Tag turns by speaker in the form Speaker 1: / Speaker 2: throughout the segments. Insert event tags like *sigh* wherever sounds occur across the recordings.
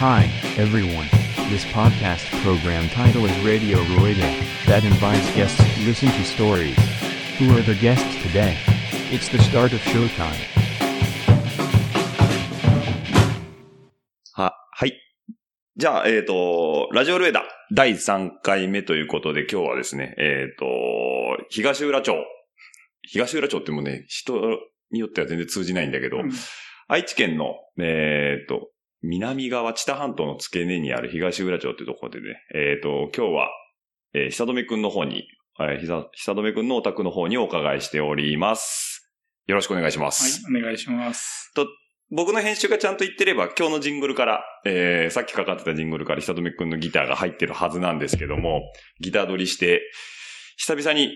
Speaker 1: Hi, everyone. This podcast program title is Radio Rueda, that invites guests to listen to stories. Who are the guests today? It's the start of showtime.
Speaker 2: は、はい。じゃあ、えっ、と、ラジオルエダ第3回目ということで、今日はですね、えっ、と、東浦町。東浦町ってもうね、人によっては全然通じないんだけど、
Speaker 3: うん
Speaker 2: 愛知県の、えっ、と、南側、知多半島の付け根にある東浦町ってところでね、えっ、と、今日は、えー、久留米くんの方に、えー、ひさ久留米くんのお宅の方にお伺いしております。よろしくお願いします。
Speaker 3: はい、お願いします。
Speaker 2: 僕の編集がちゃんと言ってれば、今日のジングルから、えー、さっきかかってたジングルから、久留くんのギターが入ってるはずなんですけども、ギター撮りして、久々に、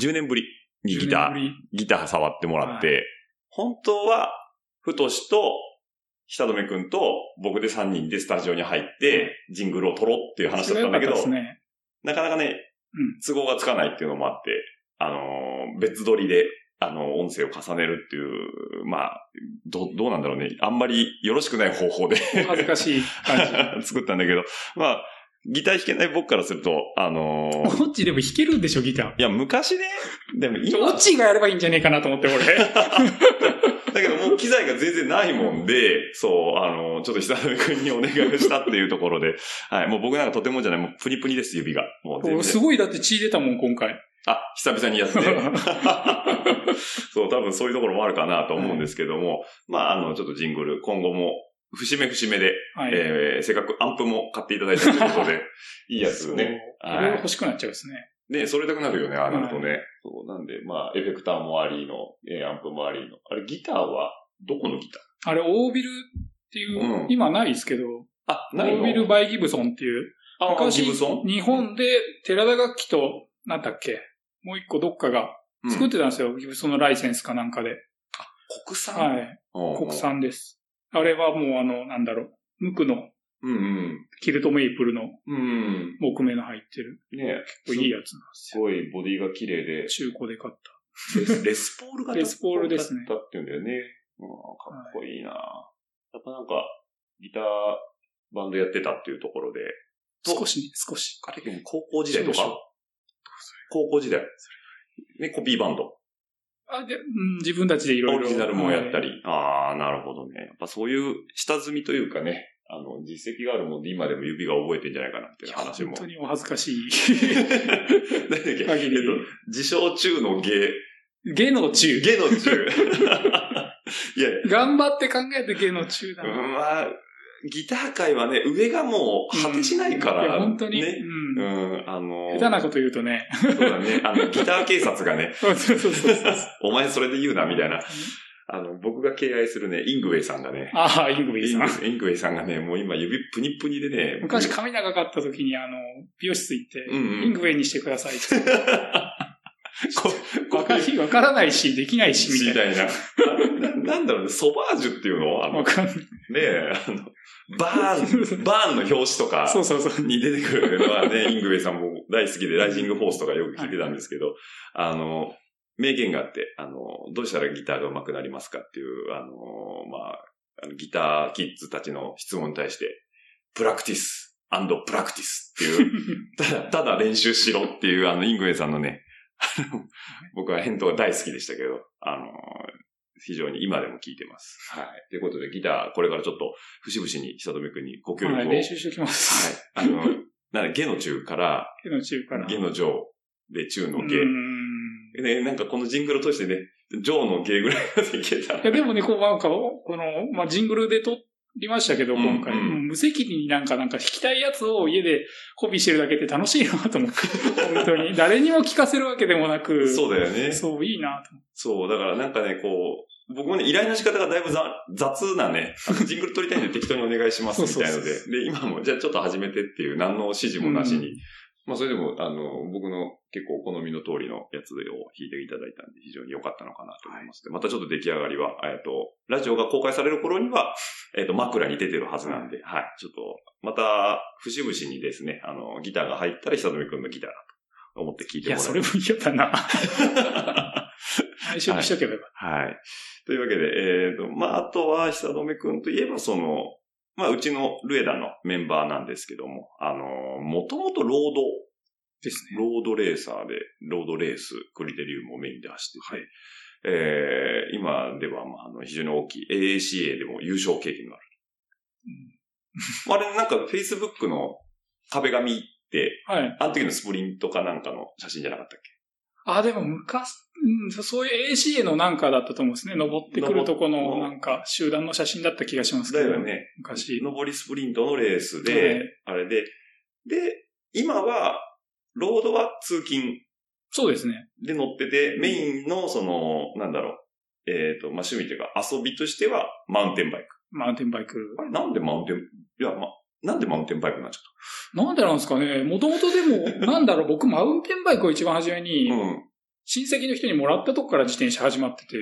Speaker 2: 10年ぶりにギタ
Speaker 3: 10
Speaker 2: ー、
Speaker 3: 年ぶ
Speaker 2: ギター触ってもらって、本当は、ふとしと、久留くんと、僕で3人でスタジオに入って、ジングルを撮ろうっていう
Speaker 3: り
Speaker 2: 話だったんだけど、
Speaker 3: それが良かったですね。
Speaker 2: なかなかね、
Speaker 3: うん
Speaker 2: 都合がつかないっていうのもあって、あのー別撮りで、あのー音声を重ねるっていう、まあ、ど、どうなんだろうね。あんまりよろしくない方法で *laughs*
Speaker 3: お恥ずかしい感
Speaker 2: 作ったんだけど、まあ、ギター弾けない僕からすると、あのー
Speaker 3: じ。オッチでも弾けるんでしょ、ギター。
Speaker 2: いや、昔ね、でも
Speaker 3: ちょオ
Speaker 2: 今、
Speaker 3: ッチがやればいいんじゃねえかなと思って、
Speaker 2: *laughs*
Speaker 3: 俺。
Speaker 2: だけどもう機材が全然ないもんで、そう、あのーちょっと久々君にお願いをしたっていうところで、はい、もう僕なんかとてもじゃない、もうプニプニです、指が。もう全
Speaker 3: お
Speaker 2: 然
Speaker 3: すごい、だって血出たもん、今回。
Speaker 2: あ、久々
Speaker 3: *laughs*
Speaker 2: にやって。そう、多分そういうところもあるかなと思うんですけども、まあ、あの、ちょっとジングル、今後も、節目節目で、
Speaker 3: はい。
Speaker 2: えー、せっかくアンプも買っていただいたということ
Speaker 3: *laughs*
Speaker 2: で、いいやつね。
Speaker 3: そう。
Speaker 2: はい
Speaker 3: いろいろ欲しくなっちゃうですね。
Speaker 2: ね、それたくなるよね、あのとね、そう、なんで、まあ、エフェクターもありの、えーアンプもありの。あれ、ギターは、どこのギタ
Speaker 3: あれ、オービルっていう、
Speaker 2: うん
Speaker 3: 今ないですけ
Speaker 2: ー
Speaker 3: ど、
Speaker 2: あ、
Speaker 3: オービル・バイ・ギブソンっていう、
Speaker 2: あ、
Speaker 3: 昔、
Speaker 2: ギブソン
Speaker 3: 日本で寺田楽器と、なんだっけ、もう一個どっかが作っ
Speaker 2: うん
Speaker 3: てたんですよ。ギブソンのライセンスかなんかで。
Speaker 2: 国産、
Speaker 3: はい。
Speaker 2: うん
Speaker 3: 国。産です。あれはもうあの、なんだろう、無垢の
Speaker 2: うん
Speaker 3: キルトメイプルの
Speaker 2: うん。うん。
Speaker 3: 木目の入ってる、
Speaker 2: ね
Speaker 3: これいいやつなんです
Speaker 2: す
Speaker 3: よ。
Speaker 2: ごいボディが綺麗で、
Speaker 3: 中古で買った。
Speaker 2: レ *laughs* スレスポールが
Speaker 3: レスポールですね
Speaker 2: だったっていうんだよね。うん、かっこいいな、やっぱなんか、ギターバンドやってたっていうところで、
Speaker 3: 少しね、少し。
Speaker 2: あれでも高校時代とか
Speaker 3: そうでしょう、
Speaker 2: 高校時代、ね、コピーバンド、
Speaker 3: あでうん、自分たちでいろい
Speaker 2: オ
Speaker 3: ろ。
Speaker 2: リジナルもやった
Speaker 3: り。
Speaker 2: り、ああ、なるほどね。やっぱそういう下積みというかね、あの、実績があるもんで今でも指が覚えてんじゃないかなって
Speaker 3: い
Speaker 2: いう
Speaker 3: や
Speaker 2: 話も。
Speaker 3: 本当にお恥ずかし
Speaker 2: *laughs* 何だ
Speaker 3: い。
Speaker 2: っけ、え
Speaker 3: 限
Speaker 2: っ
Speaker 3: り
Speaker 2: と、自称中の芸、
Speaker 3: 芸能
Speaker 2: *laughs*
Speaker 3: 中。
Speaker 2: 芸の *laughs* 中。いや、
Speaker 3: 頑張って考えて芸能中だな。
Speaker 2: うんまあ、ギター界はね、上がもう果てしないか
Speaker 3: い
Speaker 2: ら。
Speaker 3: や、本当に。
Speaker 2: ね。
Speaker 3: う。
Speaker 2: うんん、あの
Speaker 3: 下手なこと言う
Speaker 2: *laughs*
Speaker 3: とね。
Speaker 2: そうだね。あの、ギター警察がね、 *laughs*
Speaker 3: そうそうそうそう。
Speaker 2: お前それで言うな、みたいな。あの、僕が敬愛するね、イングウェイさんがね、
Speaker 3: ああ、イングウェイ
Speaker 2: イン
Speaker 3: さ
Speaker 2: グウ。ェ
Speaker 3: ん
Speaker 2: イイングウェイさんがね、もう今指プニプニでね、
Speaker 3: 昔髪長かった時に、あの、美容室行って、
Speaker 2: うんうん
Speaker 3: イングウェイにしてくださいって。
Speaker 2: こ、こ
Speaker 3: わかりわからないし、できないし、
Speaker 2: *laughs*
Speaker 3: み
Speaker 2: み
Speaker 3: たい
Speaker 2: たいな。ななんだろうね、ソバージュっていうのあ
Speaker 3: な。
Speaker 2: の、ね
Speaker 3: わかんない。
Speaker 2: え、あの、バーン、バーンの表紙と
Speaker 3: *laughs*
Speaker 2: か、
Speaker 3: そうそうそう。
Speaker 2: に出てくるのはね、イングウェイさんも大好きで、ライジングフォースとかよく聞いてたんですけど、あの、名言があって、あの、どうしたらギターが上手くなりますかっていう、あの、まあ、あのギターキッズたちの質問に対して、プラクティスプラクティスっていう、
Speaker 3: *laughs*
Speaker 2: ただ、ただ練習しろっていう、あの、イングウェイさんのね、あの僕は返答が大好きでしたけど、あの、非常に今でも聞いてます。はい。ということで、ギター、これからちょっと、節々に、久留くんにご協力を。
Speaker 3: はい、練習しておきます。
Speaker 2: はい。あの、なんだ、ゲの中から、
Speaker 3: 手の中から。
Speaker 2: ゲの上で中の
Speaker 3: う
Speaker 2: ゲ
Speaker 3: ー。ん
Speaker 2: で、なんかこのジングルを通してね、上のゲぐらいまでいけたら
Speaker 3: *laughs* いや、。でもね、こう、なんか、この、まあ、ジングルで撮りましたけど、
Speaker 2: うん
Speaker 3: 今回。
Speaker 2: うん
Speaker 3: もう無責任になんか、なんか弾きたいやつを家でコピーしてるだけって楽しいなと思って。
Speaker 2: *laughs*
Speaker 3: 本当に。誰にも聞かせるわけでもなく。
Speaker 2: そうだよね。
Speaker 3: そう、いいなと思って。
Speaker 2: そう、だからなんかね、こう、僕もね、依頼の仕方がだいぶざ雑なね、あ
Speaker 3: *laughs*
Speaker 2: のジングル撮りたいんで適当にお願いしますみたいの
Speaker 3: そう
Speaker 2: で
Speaker 3: そう、
Speaker 2: で、今も、じゃあちょっと始めてっていう、何の指示もなしに、
Speaker 3: うん
Speaker 2: まあそれでも、あの、僕の結構お好みの通りのやつを弾いていただいたんで、非常に良かったのかなと思います。またちょっと出来上がりは、えっと、ラジオが公開される頃には、えっと、枕に出てるはずなんで、はい。ちょっと、また、節々にですね、あの、ギターが入ったら久留くんのギターだと思って聞い
Speaker 3: い
Speaker 2: てもら
Speaker 3: や、
Speaker 2: え
Speaker 3: それも嫌だ
Speaker 2: *laughs*
Speaker 3: な。内緒にしとけばよかっ
Speaker 2: はい。というわけで、えっ、と、まあ、あとは、久留くんといえば、その、まあ、うちのルエダのメンバーなんですけども、あの、もともとロード
Speaker 3: ですね。
Speaker 2: ロードレーサーで、ロードレース、クリテリウムをメインで走ってて、えー今では、まあ、あの、非常に大きい AACA でも優勝経験がある。あれ、なんか Facebook の壁紙って、
Speaker 3: はい。
Speaker 2: あの時のスプリントかなんかの写真じゃなかったっけ
Speaker 3: あ、でも昔、うん、そそういう ACA のなんかだったと思うんですね。登ってくるとこのなんか集団の写真だった気がしますけ
Speaker 2: だ
Speaker 3: ど。
Speaker 2: よね。
Speaker 3: 昔。
Speaker 2: 上りスプリントのレース
Speaker 3: は
Speaker 2: で
Speaker 3: い、
Speaker 2: あれで、で、今は、ロードは通勤
Speaker 3: そうですね。
Speaker 2: で乗ってて、メインの、その、なんだろう、えっ、と、まあ、趣味というか遊びとしては、マウンテンバイク。
Speaker 3: マウンテンバイク
Speaker 2: あ。れ、なんでマウンテン、いや、ま、なんでマウンテンバイクになっちゃっ
Speaker 3: なんでなんですかね。もともとで
Speaker 2: *laughs*
Speaker 3: も、なんだろう、僕マウンテンバイクを一番初めに
Speaker 2: た、ん。
Speaker 3: 親戚の人にもらったとこから自転車始まってて。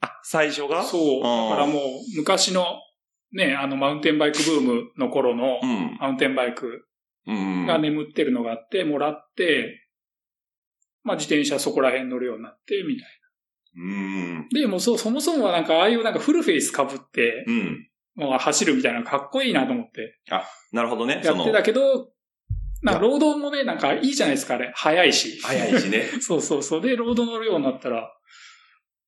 Speaker 2: あ、最初が
Speaker 3: そう。
Speaker 2: あー
Speaker 3: だからもう、昔の、ね、あの、マウンテンバイクブームの頃の、
Speaker 2: うん。
Speaker 3: マウンテンバイク
Speaker 2: うん。
Speaker 3: が眠ってるのがあって、もらって、まあ、自転車そこら辺乗るようになって、みたい
Speaker 2: うん。
Speaker 3: な。で、もうそう、そもそもはなんか、ああいうなんかフルフェイス被って、
Speaker 2: うん。
Speaker 3: もう走るみたいなのかっこいいなと思って、
Speaker 2: なるほどね。
Speaker 3: や
Speaker 2: そ
Speaker 3: っ
Speaker 2: の
Speaker 3: て、たけど、なんか、ロードもね、なんかいいじゃないですか、あれ。速いし。
Speaker 2: 早いしね。
Speaker 3: そうそうそう。で、ロード乗るようになったら、は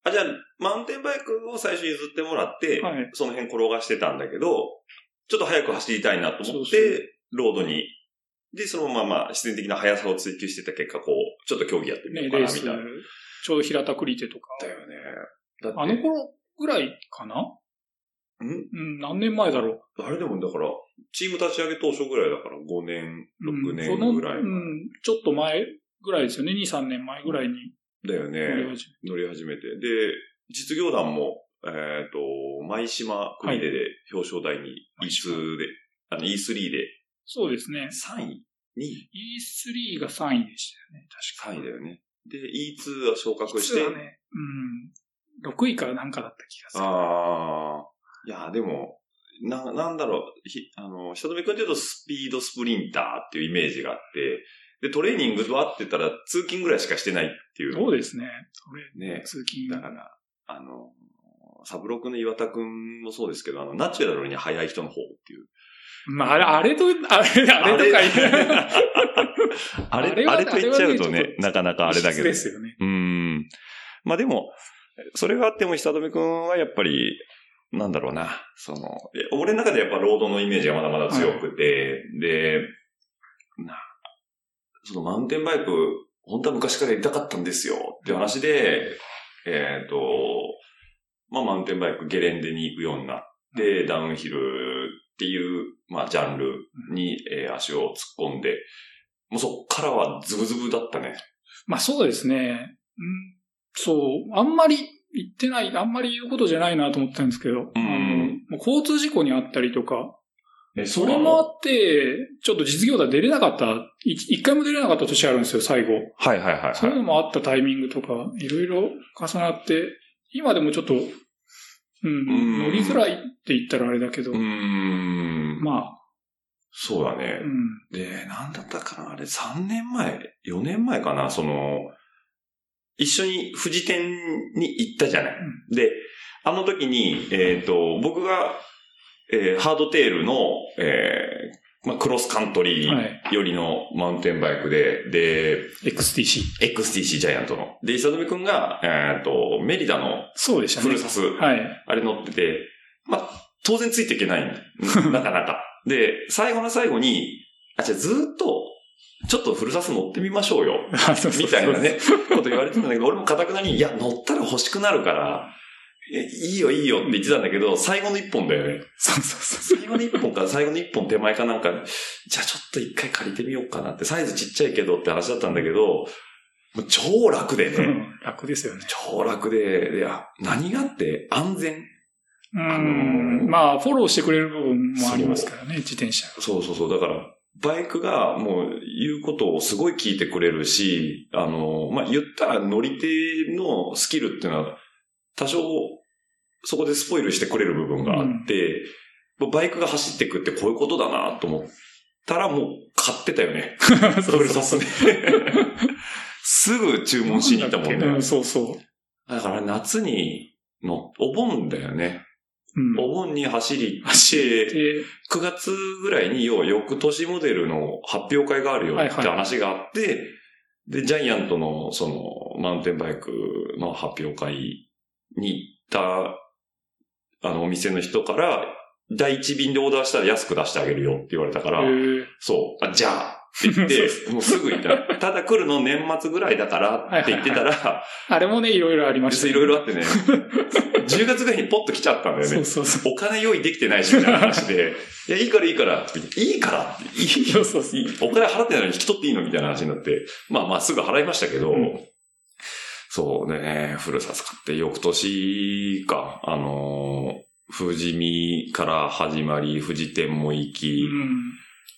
Speaker 2: あ、じゃあ、マウンテンバイクを最初譲ってもらって、
Speaker 3: い。
Speaker 2: その辺転がしてたんだけど、ちょっと早く走りたいなと思っ
Speaker 3: そうそう
Speaker 2: て、ロードに。で、そのまま必然的な速さを追求してた結果、こう、ちょっと競技やってみよ
Speaker 3: ね、
Speaker 2: うか
Speaker 3: レー
Speaker 2: な、み
Speaker 3: ス、
Speaker 2: たいな。
Speaker 3: ちょうど平田クリテとか。
Speaker 2: だよね。だって、
Speaker 3: あの頃ぐらいかなんうん、何年前だろ
Speaker 2: あれでもだから、チーム立ち上げ当初ぐらいだから、5年、
Speaker 3: う。うん
Speaker 2: 6年ぐらい
Speaker 3: そのうん、ちょっと前ぐらいですよね。2、3年前ぐらいに
Speaker 2: だよね。
Speaker 3: 乗り始
Speaker 2: 乗り始めて。で、実業団も、えっ、と、舞島国でで表彰台に
Speaker 3: 舞
Speaker 2: E2 で、あの E3 で
Speaker 3: そうですね。
Speaker 2: 3位に
Speaker 3: E3 が3位でしたよね。
Speaker 2: 3位だよね。で、E2 は昇格して、
Speaker 3: 実はね、うん、6位からなんかだった気がする。
Speaker 2: ああ、いや、でも、な、なんだろう、ひ、あの、ひととめくんというとスピードスプリンターっていうイメージがあって、で、トレーニングとあってたら通勤ぐらいしかしてないっていう。
Speaker 3: そうですね。それ、
Speaker 2: ね。
Speaker 3: 通勤
Speaker 2: だから、あの、サブロクの岩田くんもそうですけど、あの、ナチュラルに速い人の方っていう。
Speaker 3: まあ、あれ、あれと、あれ、あれとか言う。
Speaker 2: あ
Speaker 3: あ
Speaker 2: れ、あ
Speaker 3: れ
Speaker 2: れ
Speaker 3: は
Speaker 2: と言っちゃうと
Speaker 3: あれはねちょ
Speaker 2: ね
Speaker 3: っ、と
Speaker 2: なかな
Speaker 3: *laughs*
Speaker 2: かあれだけ
Speaker 3: 異質
Speaker 2: ど
Speaker 3: で。すよね。
Speaker 2: うん。まあでも、それがあっても、久留くんはやっぱり、なんだろうな、その、え俺の中でやっぱ労働のイメージがまだまだ強くて、で、な、そのマウンテンバイク、本当は昔からやりたかったんですよって話で、えっ、と、まあマウンテンバイクゲレンデに行くようになって、ダウンヒルっていう、まあジャンルに、えー足を突っ込んで、もうそっからはズブズブだったね。
Speaker 3: まあそうですね。うん、そう。あんまり言ってない、あんまり言うことじゃないなと思ってたんですけど、
Speaker 2: うん
Speaker 3: あのもう交通事故にあったりとか、
Speaker 2: え、
Speaker 3: それもあって、ちょっと実業団出れなかった、い一回も出れなかった年あるんですよ、最後。
Speaker 2: はいはいはい、はい。
Speaker 3: そういうのもあったタイミングとか、いろいろ重なって、今でもちょっと、うん、
Speaker 2: ん
Speaker 3: 乗りづらいって言ったらあれだけど、
Speaker 2: うーん。
Speaker 3: まあ、
Speaker 2: そうだ
Speaker 3: う
Speaker 2: ね。
Speaker 3: ん。
Speaker 2: で、なんだったかなあれ、3年前 ?4 年前かなその、一緒に富士店に行ったじゃない。で、あの時に、えっ、と、僕が、えーハードテールの、えーまあ、クロスカントリ
Speaker 3: は
Speaker 2: ー
Speaker 3: い。
Speaker 2: よりのマウンテンバイクで、で、
Speaker 3: XTC。
Speaker 2: XTC ジャイアントの。で、久留くんが、えっ、と、メリダの
Speaker 3: そうでしたね。
Speaker 2: フルサス、
Speaker 3: はい。
Speaker 2: あれ乗ってて、まあ、当然ついていけない
Speaker 3: *laughs*
Speaker 2: んだ。なかなか。で、最後の最後に、あ、じゃあずーっと、ちょっとフルサス乗ってみましょうよ。みたいなね、こと言われてたんだけど、俺もかたくなに、いや、乗ったら欲しくなるから、えいいよいいよって言ってたんだけど、最後の一本だよね。
Speaker 3: そうそうそう。
Speaker 2: 最後の一本か、最後の一本手前かなんか、じゃあちょっと一回借りてみようかなって、サイズちっちゃいけどって話だったんだけど、もう超楽で
Speaker 3: う *laughs*
Speaker 2: ね。
Speaker 3: ん楽ですよね。
Speaker 2: 超楽で、いや、何があって安全
Speaker 3: う
Speaker 2: あの
Speaker 3: ん。
Speaker 2: ー
Speaker 3: まあ、フォローしてくれる部分もありますからね、自転車。
Speaker 2: そうそうそう。だから、バイクがもう言うことをすごい聞いてくれるし、あの、まあ、言ったら乗り手のスキルっていうのは、多少そこでスポイルしてくれる部分があって、まあバイクが走ってくってこういうことだなと思ったらもう買ってたよ *laughs* ね。フルサスね。すぐ注文しに行ったもん
Speaker 3: う
Speaker 2: ね
Speaker 3: ん。そうそう。
Speaker 2: だから夏にの、お盆だよね。
Speaker 3: うん。
Speaker 2: お盆に走りっ
Speaker 3: 走
Speaker 2: て、
Speaker 3: で、
Speaker 2: 9月ぐらいによう翌年モデルの発表会があるよって話があって、で、ジャイアントのそのマウンテンバイクの発表会に行ったあのお店の人から、第一便でオーダーしたら安く出してあげるよって言われたから、
Speaker 3: えー
Speaker 2: そう、あ、じゃあって言って、もうすぐ行 *laughs* った。ただ来るの年末ぐらいだからって言ってたら、
Speaker 3: *laughs* あれもね、いろいろありまし
Speaker 2: 実
Speaker 3: た、
Speaker 2: いろいろあ *laughs* ってね、10月ぐらいにポッと来ちゃったんだよね
Speaker 3: そう。そうそう。
Speaker 2: お金用意できてないし、みたいな話で、
Speaker 3: *laughs*
Speaker 2: いや、いいからいいからって言って、いいからって、いい
Speaker 3: そうそうそう。
Speaker 2: いいお金払ってないのに引き取っていいのみたいな話になって、まあまあすぐ払いましたけど、
Speaker 3: うん
Speaker 2: そうね、ふるさと買って翌年か、あのー、富士見から始まり、富士店も行き、
Speaker 3: うん。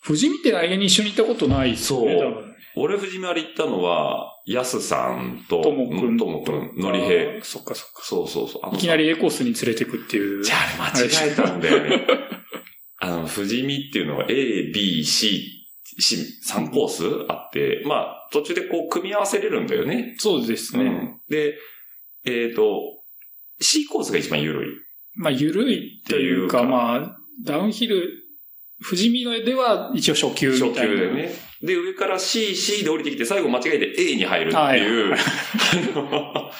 Speaker 3: 富士見って来年に一緒に行ったことないですよ
Speaker 2: そ
Speaker 3: ね、
Speaker 2: う
Speaker 3: 多分。
Speaker 2: 俺富士見あれ行ったのは、やすさんと、
Speaker 3: ともくん
Speaker 2: ともくん、のりへい。
Speaker 3: あーそっかそっか。
Speaker 2: そうそうそう。あの
Speaker 3: いきなり A コースに連れてくっていう。
Speaker 2: じゃあ、あれ間違えたんだよね。あの、富士見っていうのは A、B、C、C、3コースあって、まあ、途中でこう、組み合わせれるんだよね。
Speaker 3: そうです
Speaker 2: う
Speaker 3: ね。
Speaker 2: んで、えっ、と、C コースが一番緩い。
Speaker 3: まあ、ゆるいというか、
Speaker 2: っていうか
Speaker 3: まあ、ダウンヒル、富士見の絵では一応初級み
Speaker 2: 初級
Speaker 3: たいな。
Speaker 2: でね。で、上から C、C で降りてきて、最後間違えて A に入るっていう。 *laughs* あの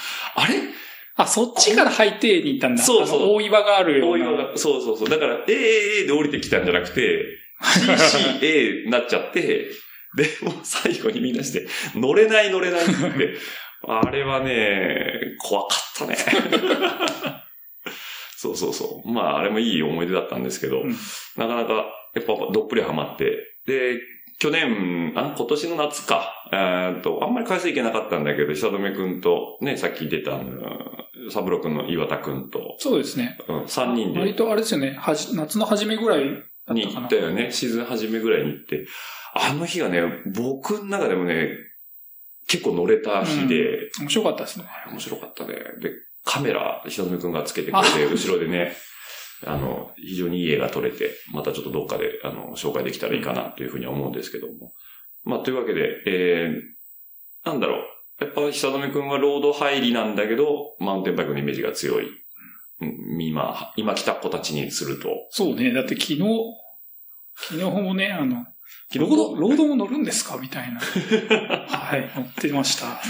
Speaker 3: あ、そっちから入って A に行ったんだ。
Speaker 2: そうそう
Speaker 3: あの大岩があるよ
Speaker 2: あ
Speaker 3: う
Speaker 2: れ
Speaker 3: な。
Speaker 2: 大岩が、そうそうそう。だから、A、A、A で降りてきたんじゃなくて、C、C、A になっちゃって、で、もう最後にみんなして、乗れない乗れないって言
Speaker 3: *laughs*
Speaker 2: って、あれはね、怖かったね。そうそうそう。まあ、あれもいい思い出だったんですけど、
Speaker 3: うん
Speaker 2: なかなか、やっぱどっぷりハマって、で、去年、あ、今年の夏か。えーっと、あんまり回数行けなかったんだけど、久留くんと、ね、さっき出た、あのサブロくんの岩田くんと、
Speaker 3: そうですね。
Speaker 2: うん、3人で
Speaker 3: 割とあれですよね。はじ、夏の初めぐらいだっ
Speaker 2: に
Speaker 3: たか
Speaker 2: 行
Speaker 3: な。
Speaker 2: ったよね。シーズン初めぐらいに行って。あの日がね、僕の中でもね、結構乗れた日で、
Speaker 3: 面白かったですね。
Speaker 2: あれ面白かったね。で、カメラ、ひさとみくんがつけてくれて、後ろでね、あの、非常にいい絵が撮れて、またちょっとどっかで、あの、紹介できたらいいかなというふうには思うんですけども。まあ、というわけで、えー、なんだろう。やっぱ、ひさとみくんはロード入りなんだけど、マウンテンバイクのイメージが強い。うん、今、今来た子たちにすると。
Speaker 3: そうね。だって昨日、昨日もね、あの、
Speaker 2: 昨
Speaker 3: ロ
Speaker 2: 日
Speaker 3: ード、ロードも乗るんですかみた
Speaker 2: *laughs*
Speaker 3: いな。はい、乗ってました。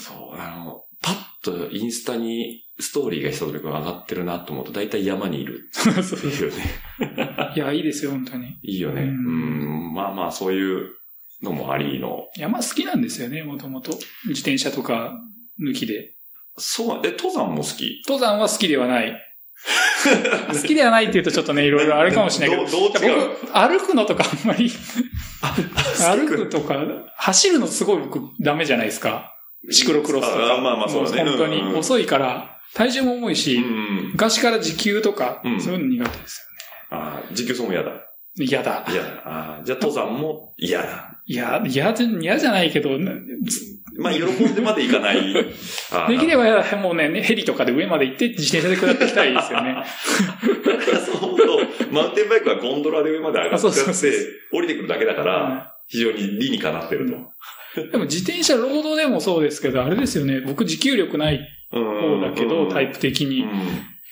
Speaker 2: そう、あの、パッとインスタにストーリーが久留君上がってるなと思うと、だいたい山にい
Speaker 3: *laughs*
Speaker 2: るっていうね。
Speaker 3: いや、いいですよ、本当に。
Speaker 2: いいよね。う
Speaker 3: うん
Speaker 2: ん、まあまあ、そういうのもありの。
Speaker 3: 山好きなんですよね、もともと。自転車とか抜きで。
Speaker 2: そう、え、登山も好き。
Speaker 3: 登山は好きでは
Speaker 2: *laughs*
Speaker 3: ない。好きではないって言うとちょっとね、いろいろあれかもしれないけど。
Speaker 2: どう、どう
Speaker 3: いや
Speaker 2: 違う
Speaker 3: 僕、歩くのとかあんまり、
Speaker 2: 好
Speaker 3: 歩
Speaker 2: き
Speaker 3: くとか、走るのすごい僕ダメじゃないですか。シクロクロスとか。
Speaker 2: あまあまあそうだね
Speaker 3: も本当に
Speaker 2: うんうん
Speaker 3: 遅いから、体重も重いし、
Speaker 2: うん。
Speaker 3: 昔から時給とか
Speaker 2: う、ん
Speaker 3: そういうの苦手です
Speaker 2: ああ、実況走も嫌だ。
Speaker 3: よね。嫌だ。
Speaker 2: 嫌だ。ああ、じゃあ登山も嫌だ。
Speaker 3: いや、嫌じゃ、嫌じゃないけど、な
Speaker 2: まあ、喜んでまでいか
Speaker 3: *laughs*
Speaker 2: ない。ああ
Speaker 3: できればもうね、ヘリとかで上まで行って自転車で下ってきたいですよね。
Speaker 2: だから *laughs* そう思うと、マウンテンバイクはゴンドラで上まで上がっちゃ
Speaker 3: あそうそう
Speaker 2: っ
Speaker 3: そう
Speaker 2: て
Speaker 3: そ、
Speaker 2: 降りてくるだけ *laughs* だから、非常に理にかなってると。
Speaker 3: でも自転車、ロードでもそうですけど、あれですよね。僕、持久力ない
Speaker 2: うん
Speaker 3: 方だけど、タイプ的に。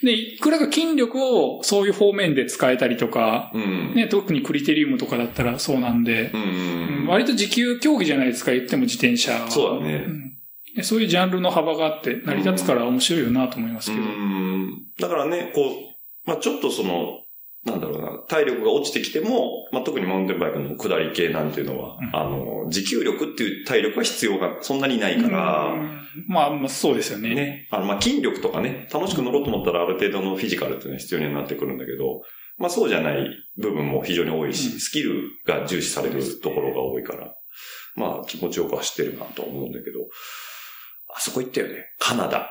Speaker 3: で、いくらか筋力をそういう方面で使えたりとか、
Speaker 2: うん。うん。
Speaker 3: ね、特にクリテリウムとかだったらそうなんで、
Speaker 2: うんうんうん。
Speaker 3: 割と持久競技じゃないですか、言っても自転車は。
Speaker 2: そうだね
Speaker 3: んでそういうジャンルの幅があって、成り立つから面白いよなと思いますけど。
Speaker 2: うんだからね、こう、まあちょっとその、なんだろうな、体力が落ちてきても、まあ特にマウンテンバイクの下り系なんていうのは、
Speaker 3: うん
Speaker 2: あの、持久力っていう体力は必要がそんなにないから、
Speaker 3: うんまあ、まあ、そうですよね。
Speaker 2: ね、あの、まあ、筋力とかね、楽しく乗ろうと思ったらある程度のフィジカルっていうのは必要になってくるんだけど、まあ、そうじゃない部分も非常に多いし、
Speaker 3: うん
Speaker 2: スキルが重視されるところが多いから、まあ、気持ちよく走ってるなと思うんだけど、あそこ行ったよね。カナダ。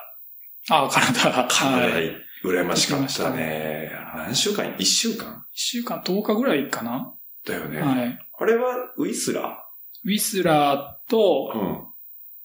Speaker 3: あ
Speaker 2: *laughs*
Speaker 3: あ、体が。
Speaker 2: カナダ
Speaker 3: はい。1
Speaker 2: 行っ羨ましか
Speaker 3: 行き
Speaker 2: っ
Speaker 3: ましたた
Speaker 2: ね。何週間 ?1 週間
Speaker 3: 週間10日ぐらいかな、
Speaker 2: だよね。
Speaker 3: はい。
Speaker 2: あれはウィスラ
Speaker 3: ウィスラーと、
Speaker 2: ーうん。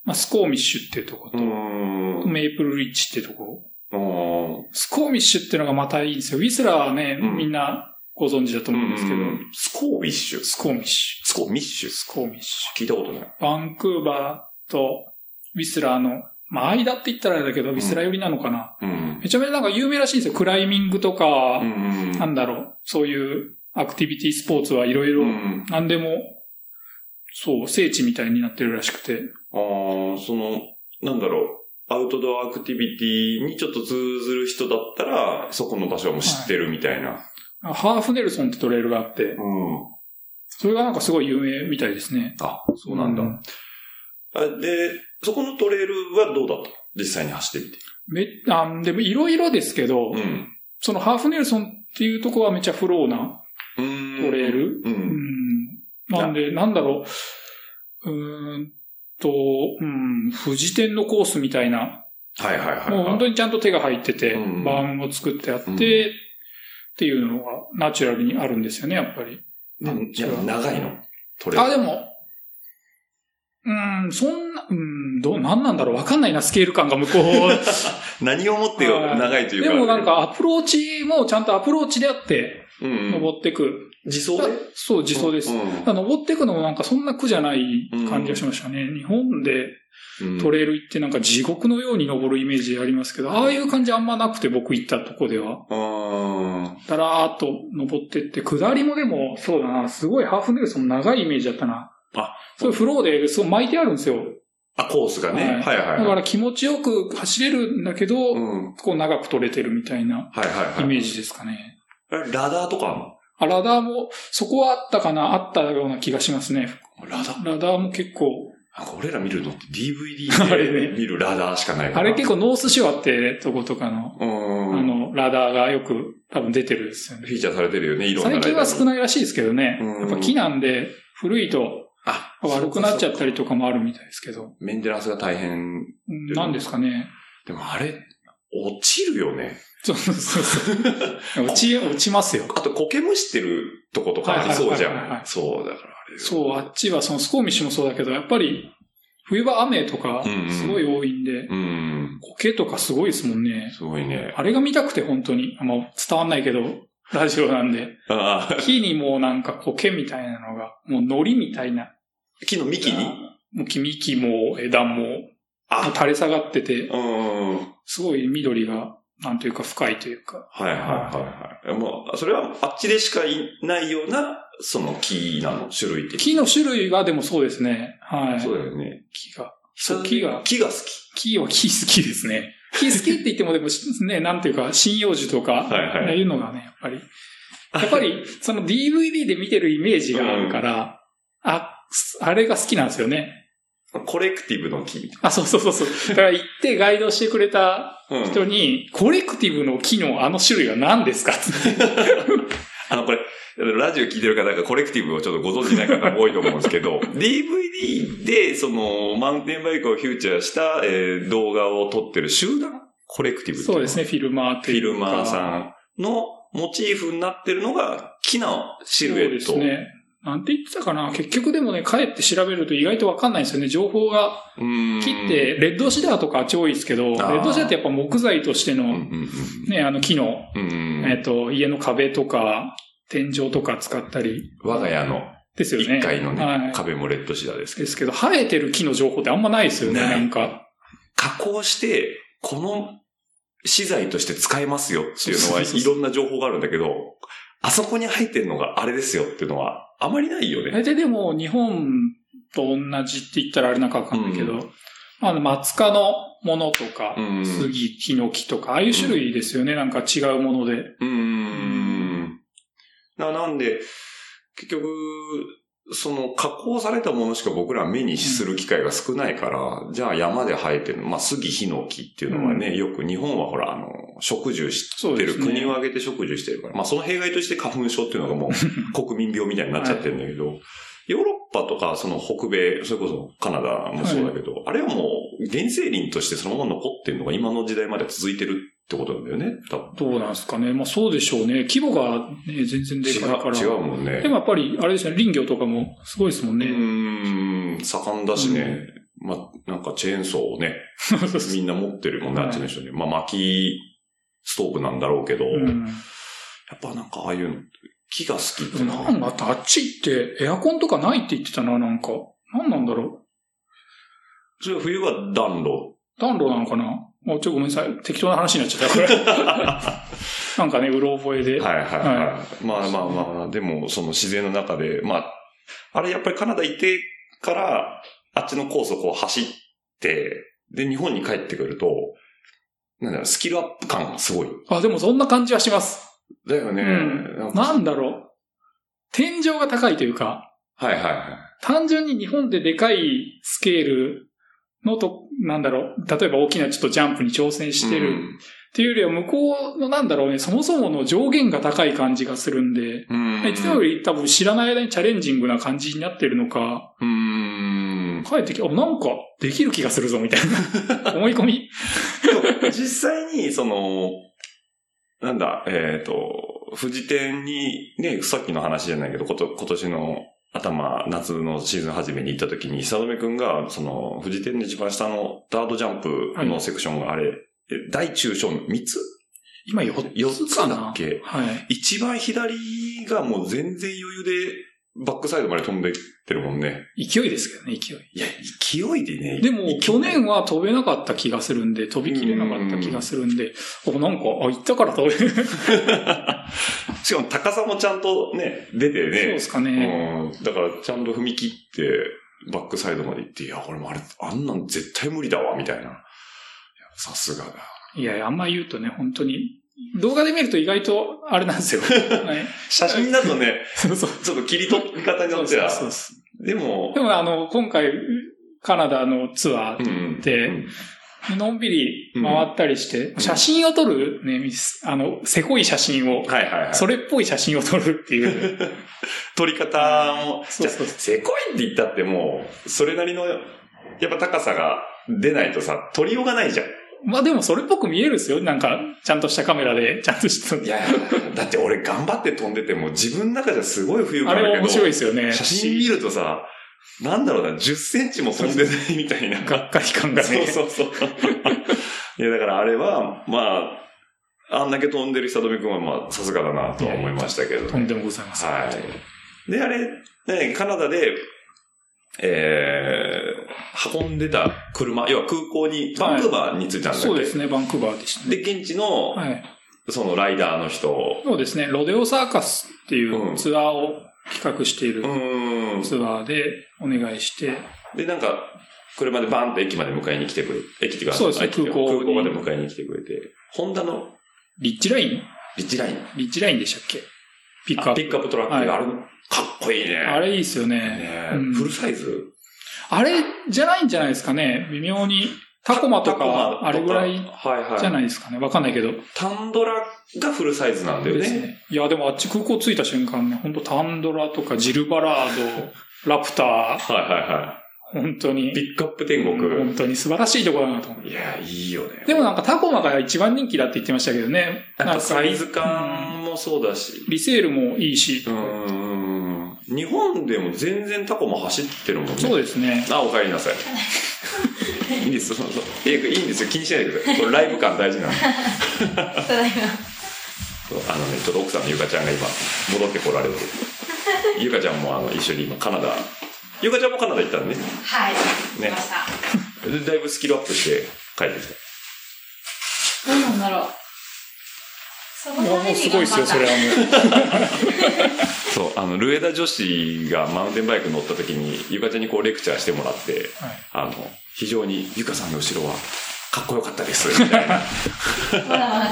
Speaker 3: まあ、スコーミッシュっていうとこ
Speaker 2: う
Speaker 3: と、
Speaker 2: ーん。
Speaker 3: メイプルリッチってとこ。
Speaker 2: うん
Speaker 3: スコーミッシュっていうのがまたいいんですよ。ウィスラーはね、
Speaker 2: うん
Speaker 3: みんなご存知だと思うんですけど、
Speaker 2: スコービッシュ。
Speaker 3: スコーミッシュ。
Speaker 2: スコーミッシュ。
Speaker 3: スコーミッシ
Speaker 2: 聞いたことない。
Speaker 3: ュ。バンクーバーとウィスラーのまあ、間って言ったらあれだけど、ビスラ寄りなのかな。
Speaker 2: うん。
Speaker 3: めちゃめちゃなんか有名らしいんですよ。クライミングとか
Speaker 2: う、ん。
Speaker 3: なんだろう、そういうアクティビティスポーツはいろいうろ、
Speaker 2: ん。
Speaker 3: なんでも、そう、聖地みたいになってるらしくて。
Speaker 2: ああ、その、なんだろう、アウトドアアクティビティにちょっと通ずる人だったら、そこの場所も知ってるみたいな。
Speaker 3: ハーフネルソンってトレイルがあって、
Speaker 2: うん。
Speaker 3: それがなんかすごい有名みたいですね。
Speaker 2: あ、そうなんだ、
Speaker 3: う
Speaker 2: あ。で、そこのトレイルはどうだった実際に走ってみて。
Speaker 3: め、あでもいろいろですけど、
Speaker 2: うん。
Speaker 3: そのハーフネルソンっていうとこはめちゃフローな
Speaker 2: う
Speaker 3: ト
Speaker 2: ん
Speaker 3: レイル。
Speaker 2: う。
Speaker 3: うんん。なんで、なんだろう。うーんと、うん、富士天のコースみたいな、
Speaker 2: はいはいはい、 *laughs* はい。
Speaker 3: もう本
Speaker 2: に。
Speaker 3: 当にちゃんと手が入ってて、
Speaker 2: うん
Speaker 3: バーンを作ってあっ
Speaker 2: うん
Speaker 3: て、っていうのがナチュラルにあるんですよね、やっぱり。
Speaker 2: いや、長いの。トレイル。
Speaker 3: あ、でも、うん、そんな、うん、どう、なんなんだろう、わかんないな、スケール感が向こう。
Speaker 2: *laughs* 何をもってよ
Speaker 3: はい
Speaker 2: 長いという
Speaker 3: で
Speaker 2: か。
Speaker 3: もなん、かアプローチもちゃんとアプローチであって、
Speaker 2: うんうん、
Speaker 3: 登ってく。
Speaker 2: 自走で
Speaker 3: そう、自走です。
Speaker 2: うん
Speaker 3: だから登っていくのもなんかそんな苦じゃない感じがしましたね。日本で
Speaker 2: うん
Speaker 3: トレイル行ってなんか地獄のように登るイメージありますけど、ああいう感じあんまなくて僕行ったとこでは。
Speaker 2: あ
Speaker 3: だらーっと登ってって、下りもでも、そうだな、すごいハーフネルソン長いイメージだったな。
Speaker 2: あ、
Speaker 3: そういうフローで、そう巻いてあるんですよ。
Speaker 2: あ、コースがね。
Speaker 3: は
Speaker 2: はいいはいはい。
Speaker 3: だから気持ちよく走れるんだけど、
Speaker 2: うん。はい
Speaker 3: こう長く取れてるみたいな
Speaker 2: はいはい。
Speaker 3: イメージですかね。
Speaker 2: えラダーとかあんの
Speaker 3: あラダーも、そこはあったかな、あったような気がしますね。
Speaker 2: ラダー
Speaker 3: ラダーも結構、
Speaker 2: なんか俺ら見るのって
Speaker 3: あれ
Speaker 2: DVD
Speaker 3: ね
Speaker 2: で見るラダーしかないか
Speaker 3: あ
Speaker 2: ら。
Speaker 3: れ結構ノースショアってとことかの、
Speaker 2: うん。
Speaker 3: あの、ラダーがよく多分出てるんですよ
Speaker 2: フ
Speaker 3: ね。
Speaker 2: ィーチャーされてるよね、いろんな
Speaker 3: 最近は少
Speaker 2: い。
Speaker 3: ないらしいですけどね。
Speaker 2: うん
Speaker 3: やっぱ木なんで、古いと
Speaker 2: あ、
Speaker 3: 悪くなっちゃった
Speaker 2: り。
Speaker 3: りとかもあるみたいですけど。
Speaker 2: メンテナンスが大変。
Speaker 3: うんなんですかね。
Speaker 2: でもあれ、落ちるよね。
Speaker 3: そうそう *laughs* そう。落ち、落ちますよ。
Speaker 2: あと苔むしてるとことかありそうじ
Speaker 3: はいはいはいはい
Speaker 2: ゃん。そう、だからあれ。
Speaker 3: そう、あっちはそのスコーミッシュもそうだけど、やっぱり冬場雨とか
Speaker 2: うんうん
Speaker 3: すごい多いんで、
Speaker 2: うん。
Speaker 3: 苔とかすごいですもんね。
Speaker 2: すごいね。
Speaker 3: あれが見たくて本当に、あんま伝わんないけど、ラジオなんで。
Speaker 2: ああ、
Speaker 3: 木にもうなんか苔みたいなのが、もう海苔みたいな。
Speaker 2: 木の幹に
Speaker 3: もう木幹も枝も
Speaker 2: あ、
Speaker 3: 垂れ下がってて、
Speaker 2: うん。はい
Speaker 3: すごい緑が、なんというか深いというか。
Speaker 2: はいはいはい。もう、それはあっちでしかいないような、その木なの、種類って。
Speaker 3: 木の種類がでもそうですね。はい。
Speaker 2: そうだよね。
Speaker 3: 木が。
Speaker 2: そう
Speaker 3: 木が
Speaker 2: 木が好き。
Speaker 3: 木は木好きですね。木好きって言ってもでも、しね、なんていうか、針葉樹とか、
Speaker 2: はいはい
Speaker 3: ああいうのがね、やっぱり。やっぱり、その DVD で見てるイメージがあるから、あ、すあれが好きなんですよね。
Speaker 2: コレクティブの木。
Speaker 3: あ、そうそうそうそう。だから行ってガイドしてくれた
Speaker 2: うん
Speaker 3: 人に、コレクティブの木のあの種類は何ですかつって。
Speaker 2: あの、これ、ラジオ聞いてる方がコレクティブをちょっとご存知ない方も多いと思うんですけ
Speaker 3: *laughs*
Speaker 2: ど、DVD で、その、マウンテンバイクをフューチャーした、えー動画を撮ってる集団コレクティブってい
Speaker 3: そうです
Speaker 2: ね。
Speaker 3: ね、フィルマーって
Speaker 2: フ
Speaker 3: い
Speaker 2: ィ
Speaker 3: う
Speaker 2: ルマー
Speaker 3: ん。
Speaker 2: さんのモチーフになってるのが、木のシルエット。
Speaker 3: そうですね。なんて言ってたかな結局でもね、帰って調べると意外とわかんないんですよね。情報が
Speaker 2: うん。
Speaker 3: 木って、レッドシダーとかあっち多いですけど、レ
Speaker 2: ー
Speaker 3: ッドシダーってやっぱ木材として
Speaker 2: うんう
Speaker 3: の、
Speaker 2: ん
Speaker 3: ね、あの木の、
Speaker 2: うん。うん
Speaker 3: えっと、家の壁とか、天井とか使ったり。
Speaker 2: 我が家の
Speaker 3: ですよね。
Speaker 2: 1階のね、
Speaker 3: はい。
Speaker 2: 壁もレッドシダーですけ
Speaker 3: で
Speaker 2: ど、
Speaker 3: すけど、生えてる木の情報ってあんまないですよね、
Speaker 2: ない
Speaker 3: なんか。
Speaker 2: 加工して、この資材として使えますよっていうのは、
Speaker 3: そうそうそう
Speaker 2: いろんな情報があるんだけど、あそこに入ってるのがあれですよっていうのは、あまりないよね。
Speaker 3: 大体でも、日本と同じって言ったらあれなんかわかんないけど、
Speaker 2: う
Speaker 3: まああの、松科のものとか、
Speaker 2: うん
Speaker 3: 杉、ヒノキとか、ああいう種類ですよね、なんか違うもので。
Speaker 2: うーん。な、なんで、結局、その加工されたものしか僕らは目にする機会が少ないから、じゃあ山で生えてる、まあ杉ヒノキっていうのはね、よく日本はほら、あの、植樹
Speaker 3: そ
Speaker 2: し
Speaker 3: う
Speaker 2: てる、
Speaker 3: ですね
Speaker 2: 国を挙げて植樹してるから、まあその弊害として花粉症っていうのがもう
Speaker 3: *laughs*
Speaker 2: 国民病みたいになっちゃってるんだけど、ヨーロッパとか、その北米、それこそカナダもそうだけど、あれはもう原生林としてそのまま残ってるのが今の時代まで続いてるってことなんだよね、多分。
Speaker 3: どうなんですかね。まあそうでしょうね。規模がね、全然で
Speaker 2: 違
Speaker 3: かいから。
Speaker 2: う違うもんね。
Speaker 3: でもやっぱり、あれですね、林業とかもすごいですもん
Speaker 2: う
Speaker 3: ね。
Speaker 2: ーん、盛んだしね。まあ、なんかチェーンソーをね、みんな持ってるもんね、
Speaker 3: はい
Speaker 2: あっちの人ね。まあ、薪ストーブなんだろうけど、
Speaker 3: うん
Speaker 2: やっぱなんかああいうの、木が好きってな。
Speaker 3: なんだってあっち行ってエアコンとかないって言ってたな、なんか。なんなんだろ
Speaker 2: それは冬は暖炉
Speaker 3: 暖炉なのかなもうちょっとごめんなさい。適当な話になっちゃった。これ
Speaker 2: *laughs*
Speaker 3: なんかね、うろ覚えで。
Speaker 2: はいはいはい。まあまあまあ、でもその自然の中で、まあ、あれやっぱりカナダ行ってから、あっちのコースをこう走って、で、日本に帰ってくると、なんだろう、スキルアップ感がすごい。
Speaker 3: あ、でもそんな感じはします。
Speaker 2: だよね。
Speaker 3: うん
Speaker 2: なんか
Speaker 3: なんだろう。天井が高いというか、
Speaker 2: はいはいはい。
Speaker 3: 単純に日本ででかいスケールのと、なんだろう、例えば大きなちょっとジャンプに挑戦してるっていうよりは、向こうのなんだろうね、そもそもの上限が高い感じがするんで、
Speaker 2: うん。うん。
Speaker 3: いつもより多分知らない間にチャレンジングな感じになってるのか、
Speaker 2: うん。
Speaker 3: 帰ってきて、あ、なんかできる気がするぞみたいな思い込み。
Speaker 2: 実際に、その、なんだ、えっ、と、富士店に、ね、さっきの話じゃないけど、こと今年の頭、夏のシーズン初めに行った時に、久留米くんが、その、富士店で一番下のダートジャンプのセクションがあれ、え大中小の3つ
Speaker 3: 今4
Speaker 2: 四つ
Speaker 3: つかな
Speaker 2: だっけ
Speaker 3: はい。
Speaker 2: 一番左がもう全然余裕で、バックサイドまで飛んでってるもんね。
Speaker 3: 勢いですけどね、勢い。
Speaker 2: いや、勢いでね。
Speaker 3: でも、
Speaker 2: い
Speaker 3: 去年は飛べなかった気がするんで、飛びきれなかった気がするんで、お、なんか、あ、行ったから飛べる。
Speaker 2: しかも高さもちゃんとね、出て
Speaker 3: そう
Speaker 2: ね
Speaker 3: で。すかね。
Speaker 2: うん、だからちゃんと踏み切って、バックサイドまで行って、いや、俺もあれ、あんなん絶対無理だわ、みたいな。いやさすがだ。
Speaker 3: いやいや、あんま言うとね、本当に、動画で見ると意外と、あれなんですよ。はい。
Speaker 2: *laughs* 写真だとね、
Speaker 3: そうそう。
Speaker 2: ちょっと切り取り方によっては。
Speaker 3: そうそう
Speaker 2: でも
Speaker 3: で、も、あの、今回、カナダのツアー
Speaker 2: うん
Speaker 3: で
Speaker 2: うん
Speaker 3: のんびり回ったりして、写真を撮る、ね、ミス、あの、せこい写真を、
Speaker 2: はいはいはい。
Speaker 3: *laughs* それっぽい写真を撮るって *laughs* いう。
Speaker 2: 撮り方も、
Speaker 3: そうそう
Speaker 2: じゃあせこいって言ったってもう、それなりの、やっぱ高さが出ないとさ、撮りようがないじゃん。
Speaker 3: まあでも、それっぽく見えるんですよ。なんか、ちゃんとしたカメラで、ちゃんとした。
Speaker 2: いや、だって俺頑張って飛んでても、自分の中じゃすごい浮遊
Speaker 3: *laughs* あ
Speaker 2: 感だけど。
Speaker 3: れ面白いですよね。
Speaker 2: 写真見るとさ、なんだろうな、10センチも飛んでないみたいな。
Speaker 3: がっかり感がね。
Speaker 2: そうそうそう。 *laughs* いや、だからあれは、まあ、あんだけ飛んでる久留美君は、まあ、さすがだなとは思いましたけど、
Speaker 3: とんでもございません。
Speaker 2: はい。で、あれ、ね、カナダで、えー、運んでた車、要は空港に、
Speaker 3: はい
Speaker 2: バンクーバーに着いたんだっけ、
Speaker 3: そうですね、バンクーバーでしたね。
Speaker 2: で、現地の、
Speaker 3: はい。
Speaker 2: そのライダーの人、
Speaker 3: そうですね、ロデオサーカスってい
Speaker 2: うん
Speaker 3: うツアーを企画していうる
Speaker 2: ーん。
Speaker 3: ツアーでお願いして、
Speaker 2: で、なんか、車でバンと駅まで迎えに来てくれ、駅っていうか、
Speaker 3: そうですね
Speaker 2: あ駅っていか
Speaker 3: 空港に
Speaker 2: 空港まで迎えに来てくれて、ホンダの
Speaker 3: リッチライン
Speaker 2: リッチライン、
Speaker 3: リッチラインでしたっけピック
Speaker 2: あ
Speaker 3: アッ
Speaker 2: ピックアップトラック、
Speaker 3: はい
Speaker 2: あれ、かっこいいね。
Speaker 3: プ。あれいいですよね。
Speaker 2: ね、
Speaker 3: うん
Speaker 2: フルサイズ
Speaker 3: あれじゃないんじゃないですかね。微妙に。タコマと
Speaker 2: タコマ
Speaker 3: か、あれぐらい
Speaker 2: はいはい。
Speaker 3: じゃないですかね。わかんないけど。
Speaker 2: タンドラがフルサイズなんだよ
Speaker 3: です
Speaker 2: ね。
Speaker 3: ね。いや、でもあっち空港着いた瞬間ね、本当タンドラとかジルバラード、 *laughs* ラプター、
Speaker 2: はいはいは
Speaker 3: 本当に
Speaker 2: い。ピ。ックアップ天国。
Speaker 3: 本当に素晴らしいところだなと思う。
Speaker 2: いや、いいよね。
Speaker 3: でもなんかタコマが一番人気だって言ってましたけどね。
Speaker 2: やっぱ
Speaker 3: なんか
Speaker 2: サイズ感もそうだし。
Speaker 3: リセールもいいし
Speaker 2: う、ん。日本でも全然タコも走ってるもんね。
Speaker 3: そうですね。
Speaker 2: あ、お帰りなさい。いいんですよ、そうそういやいいんですよ、気にしないでください。これライブ感大事なんで。
Speaker 4: ただいま。
Speaker 2: そうあのね、ちょっと奥さんのゆかちゃんが今、戻ってこられて。ゆかちゃんもあの一緒に今、カナダ。ゆかちゃんもカナダ行ったんで、ね、
Speaker 4: はい。来ました。
Speaker 2: でだいぶスキルアップして帰ってきた。
Speaker 4: どうなんだろう。そ
Speaker 3: い
Speaker 4: の
Speaker 3: や、
Speaker 4: た
Speaker 3: も
Speaker 4: め
Speaker 3: うす
Speaker 4: に
Speaker 3: ごいで
Speaker 4: 頑張った
Speaker 3: すよ、それはも
Speaker 2: そう、あの、ルエダ女子がマウンテンバイク乗った時に、ゆかちゃんにこうレクチャーしてもらって、
Speaker 3: はい
Speaker 2: あの、非常にゆかさんの後ろは、かっこよかったです、みたいな。
Speaker 4: まだまだ。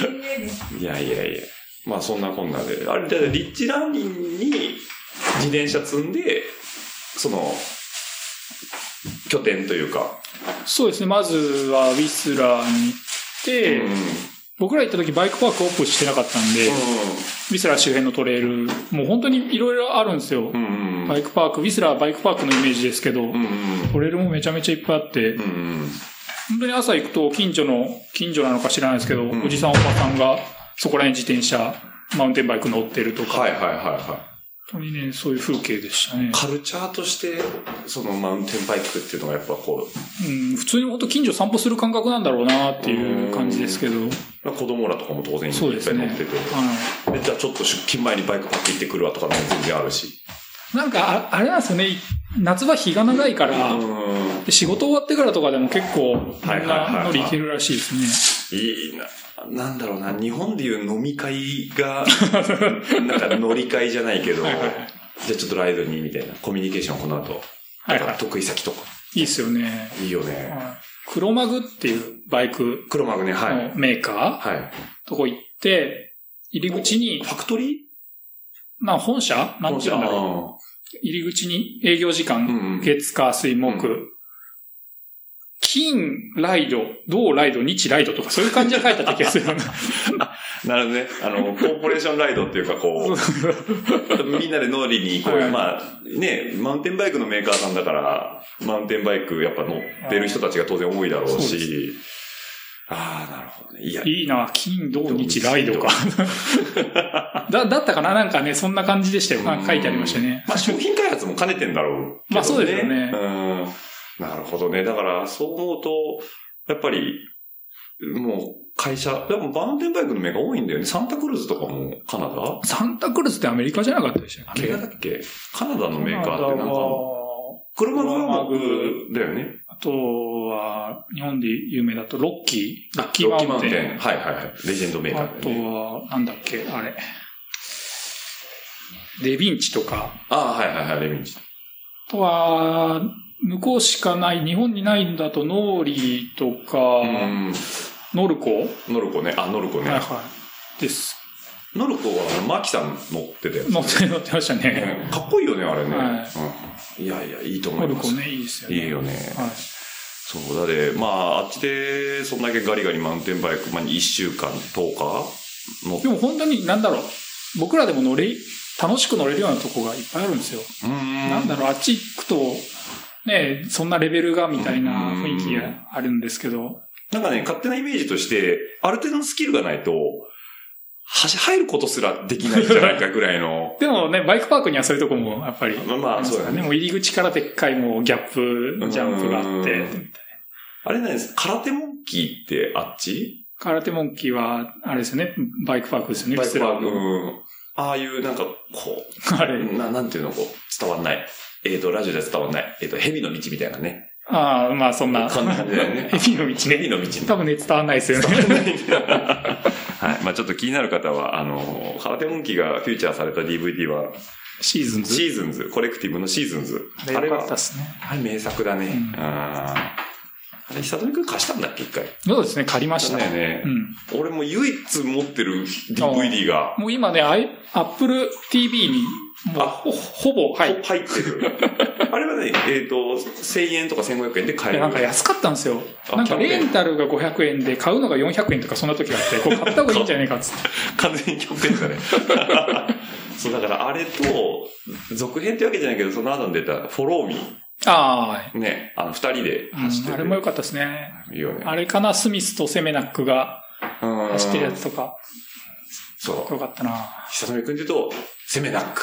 Speaker 4: 全然です
Speaker 2: いやいやいや。まあそんなこんなで。あれ、だからリッチラーニンに自転車積んで、その、拠点というか。
Speaker 3: う。そうですね、まずはウィスラーに行って、
Speaker 2: うん。うん。
Speaker 3: 僕ら行った時バイクパークオープンしてなかったんで、ウィスラー周辺のトレイル、もう本当にいろいろあるんですよ
Speaker 2: う。ん。
Speaker 3: バイクパーク、ウィスラーはバイクパークのイメージですけど、
Speaker 2: うん。
Speaker 3: トレイルもめちゃめちゃいっぱいあって、
Speaker 2: うん。うん。
Speaker 3: 本当に朝行くと近所の、近所なのか知らないですけど、
Speaker 2: ん
Speaker 3: おじさんおばさんがそこら辺自転車、マウンテンバイク乗ってるとか、
Speaker 2: はいはいはいは
Speaker 3: 本当にね、そういう風景でしたね
Speaker 2: い。。カルチャーとして、そのマウンテンバイクっていうのがやっぱこう、
Speaker 3: うん、普通に本当近所散歩する感覚なんだろうなっていう感じですけど、はい。
Speaker 2: まあ子供らとかも当然い
Speaker 3: そうで
Speaker 2: っぱ
Speaker 3: す
Speaker 2: い
Speaker 3: ね
Speaker 2: 乗ってて、でじゃあちょっと出勤前にバイクパック行ってくるわとかでも全然あるし。
Speaker 3: なんかあ、あれなんですよね、夏場日が長いから、
Speaker 2: う
Speaker 3: で仕事終わってからとかでも結構、
Speaker 2: はい
Speaker 3: みん
Speaker 2: はいはいはい
Speaker 3: な乗り行けるらしいですね。
Speaker 2: ん。いいな。なんだろうな、日本でいう飲み会 *laughs* が、なんか乗り換えじゃないけど、じ
Speaker 3: はい
Speaker 2: ゃ
Speaker 3: はい
Speaker 2: あちょっとライドに、みたいな。コミュニケーションこの後。
Speaker 3: はい
Speaker 2: と
Speaker 3: は
Speaker 2: か
Speaker 3: い。
Speaker 2: 得意先とか。
Speaker 3: いいですよね。
Speaker 2: いいよね。
Speaker 3: はい黒マグっていうバイク
Speaker 2: 黒幕ね、はい。
Speaker 3: のメーカ
Speaker 2: はい。
Speaker 3: ーとこ行って、入り口に
Speaker 2: フ、ァクトリ
Speaker 3: まあ本社
Speaker 2: ー
Speaker 3: なんて言うんだろ
Speaker 2: ろ
Speaker 3: う。入り口に営業時間
Speaker 2: う、んうん。
Speaker 3: 月、火、水、木、
Speaker 2: うん
Speaker 3: 金、ライド、銅、ライド、日、ライドとかそういう感じで書いてあった気がす
Speaker 2: *laughs*
Speaker 3: るよね。
Speaker 2: *laughs* なるほどね。あの、コーポレーションライドっていうか、こう、 *laughs* みんなで乗りに行こう
Speaker 3: は
Speaker 2: よ。
Speaker 3: い
Speaker 2: まあ、ね、マウンテンバイクのメーカーさんだから、マウンテンバイクやっぱ乗ってる人たちが当然多いだろう
Speaker 3: そうで
Speaker 2: し、ああ、なるほどね。いや、
Speaker 3: いいな、金、土、日、ライドか。だ、だったかななんかね、そんな感じでしたよ。なんか書いてありましたね。
Speaker 2: まあ、商品開発も兼ねてんだろうけど、
Speaker 3: まあそうですよね
Speaker 2: うん。なるほどね。だから、そう思うと、やっぱり、もう、会社、でもマウンテンバイクのメーカー多いんだよね。サンタクルーズとかもカナダ
Speaker 3: サンタクルーズってアメリカじゃなかったでした
Speaker 2: ア
Speaker 3: っ
Speaker 2: メリ
Speaker 3: け
Speaker 2: カだっけカナダのメーカーってなんか、車
Speaker 3: 車
Speaker 2: のロ
Speaker 3: の
Speaker 2: グだよね。
Speaker 3: あとは、日本で有名だと、ロッキー、ロッキーマウンテン。
Speaker 2: はいはいはい。レジェンドメーカ
Speaker 3: あ
Speaker 2: ー
Speaker 3: と
Speaker 2: だよね。
Speaker 3: は、なんだっけ、あれ。デヴィンチとか。
Speaker 2: ああ、はいはいはい、レミンチ。
Speaker 3: あとは、向こうしかない、日本にないんだと、ノーリーと
Speaker 2: う
Speaker 3: か、
Speaker 2: ん。
Speaker 3: ノルコ、
Speaker 2: ノルコね。あ、ノルコ
Speaker 3: はい
Speaker 2: ね。
Speaker 3: はい。です。
Speaker 2: ノルコは、あのマキさん乗ってたよ。
Speaker 3: 乗って、乗ってましたね。
Speaker 2: うんかっこいいよね、あれね。
Speaker 3: は
Speaker 2: うんいやいや、いいと思
Speaker 3: ノ
Speaker 2: い
Speaker 3: ル
Speaker 2: ま
Speaker 3: コ
Speaker 2: す。
Speaker 3: ね、いいですよね。
Speaker 2: いいよね。
Speaker 3: はい。
Speaker 2: そう、だで、まあ、あっちで、そんだけガリガリマウンテンバイク、まあ、1週間、10日乗っ
Speaker 3: でも本当に、なんだろう。僕らでも乗れ、楽しく乗れるようなとこがいっぱいあるんですよ。
Speaker 2: うーん
Speaker 3: なんだろう、あっち行くと、ね、そんなレベルがみたいな雰囲気があるんですけど、。
Speaker 2: なんかね、勝手なイメージとして、ある程度のスキルがないと、はし、入ることすらできないんじゃないかぐらいの *laughs*
Speaker 3: でもね、バイクパークにはそういうとこもやっぱり、
Speaker 2: まあまあ、そうだね。
Speaker 3: もう入り口からでっかいもうギャップ、ジャンプがあっ
Speaker 2: う
Speaker 3: て
Speaker 2: ん、あれなんです。空手モンキーってあっち
Speaker 3: 空手モンキーは、あれですよね、バイクパークですよね、
Speaker 2: バイクパーク。
Speaker 3: レス
Speaker 2: うん。ああいう、なんか、こ
Speaker 3: ラーあれ。
Speaker 2: う、な、なんていうの、こう、伝わんない。えっ、と、ラジオでは伝わんない。えっ、と、蛇の道みたいなね。
Speaker 3: ああ、まあそんな。
Speaker 2: 感じだ
Speaker 3: *laughs*
Speaker 2: よね
Speaker 3: 蛇の道
Speaker 2: 蛇
Speaker 3: ね。
Speaker 2: の道みた
Speaker 3: 多
Speaker 2: い
Speaker 3: 分ね、伝わんないですよね。
Speaker 2: な。はい。まあちょっと気になる方は、あの、空手モンキーがフューチャーされた DVD は、
Speaker 3: シーズンズ。
Speaker 2: シーズンズ、コレクティブのシーズンズ。
Speaker 3: あれよかったっすね。
Speaker 2: はい、名作だね。
Speaker 3: うん
Speaker 2: あーあれ、久富君貸したんだっけ、一回。
Speaker 3: そうですね、借りました
Speaker 2: だよ
Speaker 3: ね。
Speaker 2: ね
Speaker 3: う。ん。
Speaker 2: 俺も唯一持ってる DVD が、
Speaker 3: もう今ね、アイ Apple TV に、も
Speaker 2: あ
Speaker 3: うほほぼ入っ
Speaker 2: 入って
Speaker 3: *laughs*
Speaker 2: る。あれはね、えっ、と、1000円とか1500円で買え
Speaker 3: で
Speaker 2: る。
Speaker 3: なんか安かったんですよ。
Speaker 2: あ
Speaker 3: なんかレンタルが500円で、買うのが400円とかそんな時があって、これ買った方がいいんじゃないかっつって。
Speaker 2: 完全にキャンペーンだね。
Speaker 3: *laughs*
Speaker 2: そう、だからあれと、続編ってわけじゃないけど、その後に出た、フォローミ
Speaker 3: ああ、
Speaker 2: ー。ね、あの、二人で走ってる。
Speaker 3: うんあれも良かったですね。
Speaker 2: いいよね。
Speaker 3: あれかな、スミスとセメナックが走ってるやつ
Speaker 2: と。
Speaker 3: とか、
Speaker 2: そう。
Speaker 3: 良かったな
Speaker 2: 久富君で言うと、セメナック。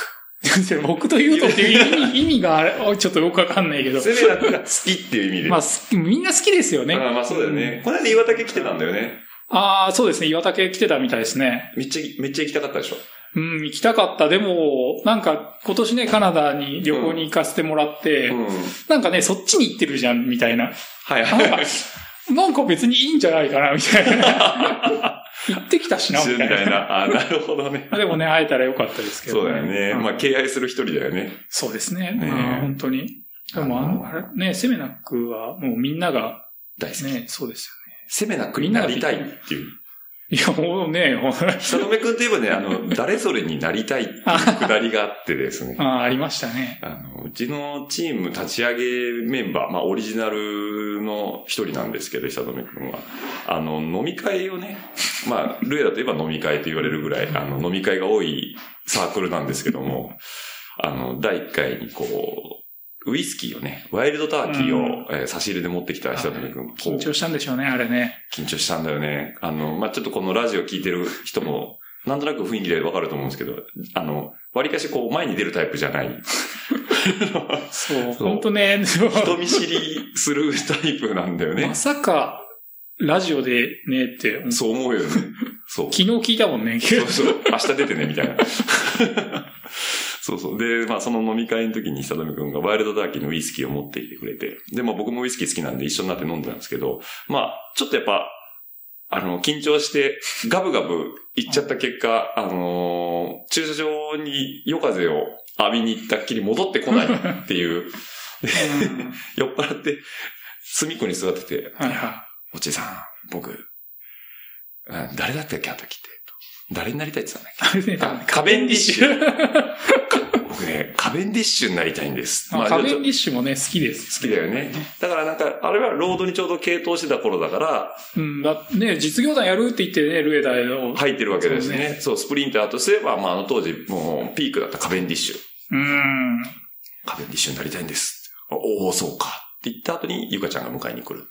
Speaker 2: *laughs*
Speaker 3: それ僕と言うとっていう意味意味があれ、おいちょっとよくわかんないけど。
Speaker 2: セメナックが好きっていう意味で。
Speaker 3: まあ、すみんな好きですよね。
Speaker 2: ああまあそうだよね。この間岩竹来てたんだよね。
Speaker 3: ああ、そうですね。岩竹来てたみたいですね。
Speaker 2: めっちゃ、めっちゃ行きたかったでしょ。
Speaker 3: うん、行きたかった。でも、なんか、今年ね、カナダに旅行に行かせてもらって、
Speaker 2: うん。
Speaker 3: なんかね、そっちに行ってるじゃん、みたいな。
Speaker 2: はい
Speaker 3: な
Speaker 2: は
Speaker 3: んか
Speaker 2: い。、
Speaker 3: なんか別にいいんじゃないかな、みたいな。
Speaker 2: *laughs*
Speaker 3: 行ってきたしな、み
Speaker 2: み
Speaker 3: た
Speaker 2: た
Speaker 3: い
Speaker 2: い
Speaker 3: な。
Speaker 2: *laughs* な。あ、なるほどね。
Speaker 3: でもね、会えたらよかったですけど、
Speaker 2: そうだよね。
Speaker 3: うん
Speaker 2: まあ、敬愛する一人だよね。
Speaker 3: そうですね。
Speaker 2: ねえ
Speaker 3: うん本当に。でも、あの、
Speaker 2: あ
Speaker 3: あれね、セメナックはもうみんなが、
Speaker 2: 大好き。
Speaker 3: ね、そうです
Speaker 2: セメナックになりたいっていう。
Speaker 3: よね。いや、もうね、ほん
Speaker 2: 久留米君といえばね、あの、誰それになりたいっていうくだりがあってです
Speaker 3: *laughs*
Speaker 2: ね。
Speaker 3: ああ、ありましたね。
Speaker 2: あの、うちのチーム立ち上げメンバー、まあ、オリジナルの一人なんですけど、久留くんは。あの、飲み会をね、まあ、ルエダといえば飲み会と言われるぐらい、あの、飲み会が多いサークルなんですけども、あの、第1回にこう、ウイスキーをね、ワイルドターキーを、
Speaker 3: うん
Speaker 2: えー差し入れで持ってきた久留くん、こう
Speaker 3: 緊張したんでしょうね、あれね。
Speaker 2: 緊張したんだよね。あの、まあ、ちょっとこのラジオ聞いてる人も、なんとなく雰囲気でわかると思うんですけど、あの、割かしこう前に出るタイプじゃない。
Speaker 3: そう、
Speaker 2: そう
Speaker 3: 本当ね、
Speaker 2: 人見知り *laughs* するタイプなんだよね
Speaker 3: ま。さか、ラジオでね、って、うん
Speaker 2: そう思う *laughs* よね。そう。
Speaker 3: *laughs* 昨日聞いたもん
Speaker 2: *laughs*
Speaker 3: ね、
Speaker 2: そうそう。明日出てね、みたいな。そうそう。で、まあその飲み会の時に久留くんがワイルドダーキーのウイスキーを持っていてくれて、で、まあ僕もウイスキー好きなんで一緒になって飲んでたんですけど、まあちょっとやっぱ、あの、緊張してガブガブ行っちゃった結果、あのー駐車場に夜風を浴びに行ったっきり戻ってこないって *laughs* いう、
Speaker 3: うん
Speaker 2: 酔っ払って隅っこに座ってて、
Speaker 3: はいは
Speaker 2: おじいさん、僕、うん誰だったっけあの時って。誰になりたいって言ってたんだっ
Speaker 3: い。
Speaker 2: あカベンディッシ
Speaker 3: ュ。
Speaker 2: け *laughs* 僕ね、カベンディッシュになりたいんです。
Speaker 3: あ
Speaker 2: まあ
Speaker 3: カベ
Speaker 2: ちょ
Speaker 3: ン
Speaker 2: っ
Speaker 3: ディッシュもね、好きです。
Speaker 2: と好きだよね。だからなんか、あれはロードにちょうど傾倒してた頃だから、
Speaker 3: うん、だね、実業団やるって言ってね、ルエダーを。
Speaker 2: 入ってるわけです
Speaker 3: そう
Speaker 2: ね。そう、スプリンターとすれば、まああの当時、もうピークだったカベンディッシュ。
Speaker 3: うん。
Speaker 2: カベンディッシュになりたいんです。おお、そうか。って言った後に、ゆかちゃんが迎えに来る。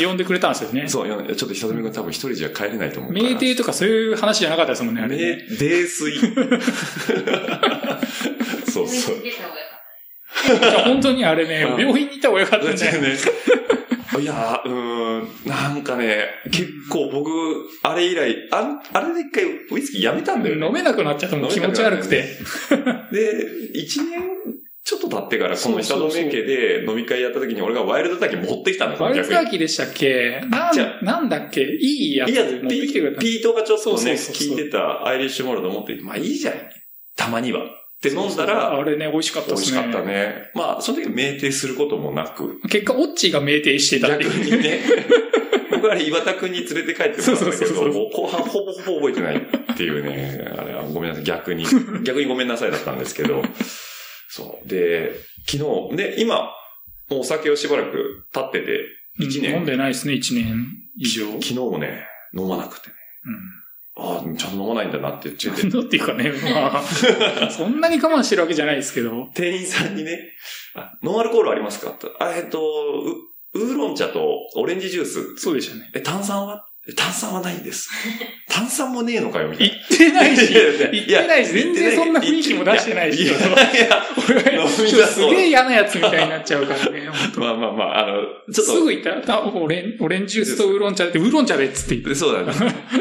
Speaker 3: で呼んでくれたんですよね。
Speaker 2: そう、よちょっと久留美君多分一人じゃ帰れないと思うから。
Speaker 3: 名帝とかそういう話じゃなかったですもんね、あれね。
Speaker 2: 名泥水。 *laughs* そうそう。
Speaker 4: 出た方がよかっ
Speaker 3: いや本当にあれね、
Speaker 2: うん
Speaker 3: 病院に行った方がよかったんじゃない
Speaker 2: ね。 *laughs* いやー、うーん、なんかね、結構僕、あれ以来、ああれで一回ウイスキーやめたんだよね。
Speaker 3: 飲めなくなっちゃったもん、
Speaker 2: 飲
Speaker 3: 気
Speaker 2: めな
Speaker 3: 持
Speaker 2: く
Speaker 3: ち
Speaker 2: なっ
Speaker 3: 悪
Speaker 2: た
Speaker 3: く
Speaker 2: ね *laughs*
Speaker 3: て。
Speaker 2: で、一年ちょっと経ってから、こ
Speaker 3: そ
Speaker 2: の
Speaker 3: う
Speaker 2: 下
Speaker 3: そうそう
Speaker 2: 留め家で飲み会やった時に俺がワイルドタキ持ってきたの、
Speaker 3: ワイルドタ
Speaker 2: 逆
Speaker 3: ーキーでしたっけな
Speaker 2: じゃ
Speaker 3: んなんだっけいいや
Speaker 2: に
Speaker 3: つ
Speaker 2: いや、
Speaker 3: 持ってきてくれた。
Speaker 2: ピートがちょっとね、
Speaker 3: そうそうそうそう
Speaker 2: 聞いてたアイリッシュモルド持って、まあいいじゃん。たまには。って飲んだら、
Speaker 3: あれね、美味しかった
Speaker 2: 美
Speaker 3: で
Speaker 2: 味
Speaker 3: す
Speaker 2: し
Speaker 3: ね。
Speaker 2: かったね。まあ、その時酩酊することもなく、
Speaker 3: 結果、オッチーが酩酊してたっ
Speaker 2: 逆
Speaker 3: ていう。
Speaker 2: にね、 *laughs* 僕は岩田くんに連れて帰ってもらったんだ
Speaker 3: そう
Speaker 2: け
Speaker 3: そう
Speaker 2: ど、
Speaker 3: そうそう
Speaker 2: もう後半ほぼほぼ覚えてないっていうね、あれはごめんなさい、逆
Speaker 3: *laughs*
Speaker 2: に、逆にごめんなさいだったんですけど、そう。で、昨日、ね、今、もうお酒をしばらく経ってて、
Speaker 3: うん
Speaker 2: 一年
Speaker 3: 飲んでないですね、1年以上。うん
Speaker 2: 昨日もね、飲まなくてね、ああ、ちゃんと飲まないんだなって言って
Speaker 3: *laughs*
Speaker 2: て、
Speaker 3: のっていうかね、ま
Speaker 2: *laughs*
Speaker 3: あ、そんなに我慢してるわけじゃないですけど。
Speaker 2: 店員さんにね、あノンアルコールありますかとあ、えっと、ウウーロン茶とオレンジジュース
Speaker 3: そうでしたね。
Speaker 2: え、炭酸はえ炭酸はないんです。炭酸もねえのかよ、みたい
Speaker 3: 行
Speaker 2: な。
Speaker 3: ってないし、 *laughs*
Speaker 2: いやいやいや
Speaker 3: 行ってないし、
Speaker 2: いや
Speaker 3: 全然そんな雰囲気も出してないし、
Speaker 2: ややいや、
Speaker 3: 俺
Speaker 2: 飲
Speaker 3: が
Speaker 2: み出
Speaker 3: す
Speaker 2: そう
Speaker 3: げえ嫌なやつみたいになっちゃうから
Speaker 2: *laughs*
Speaker 3: ね。本当
Speaker 2: まあまあまあ、あの、ち
Speaker 3: す
Speaker 2: ょっ
Speaker 3: ぐ行ったあオレン、オレンジジュースとウーロン茶で、ウーロン茶でっつって言っ
Speaker 2: と、そう
Speaker 3: *laughs*
Speaker 2: だね。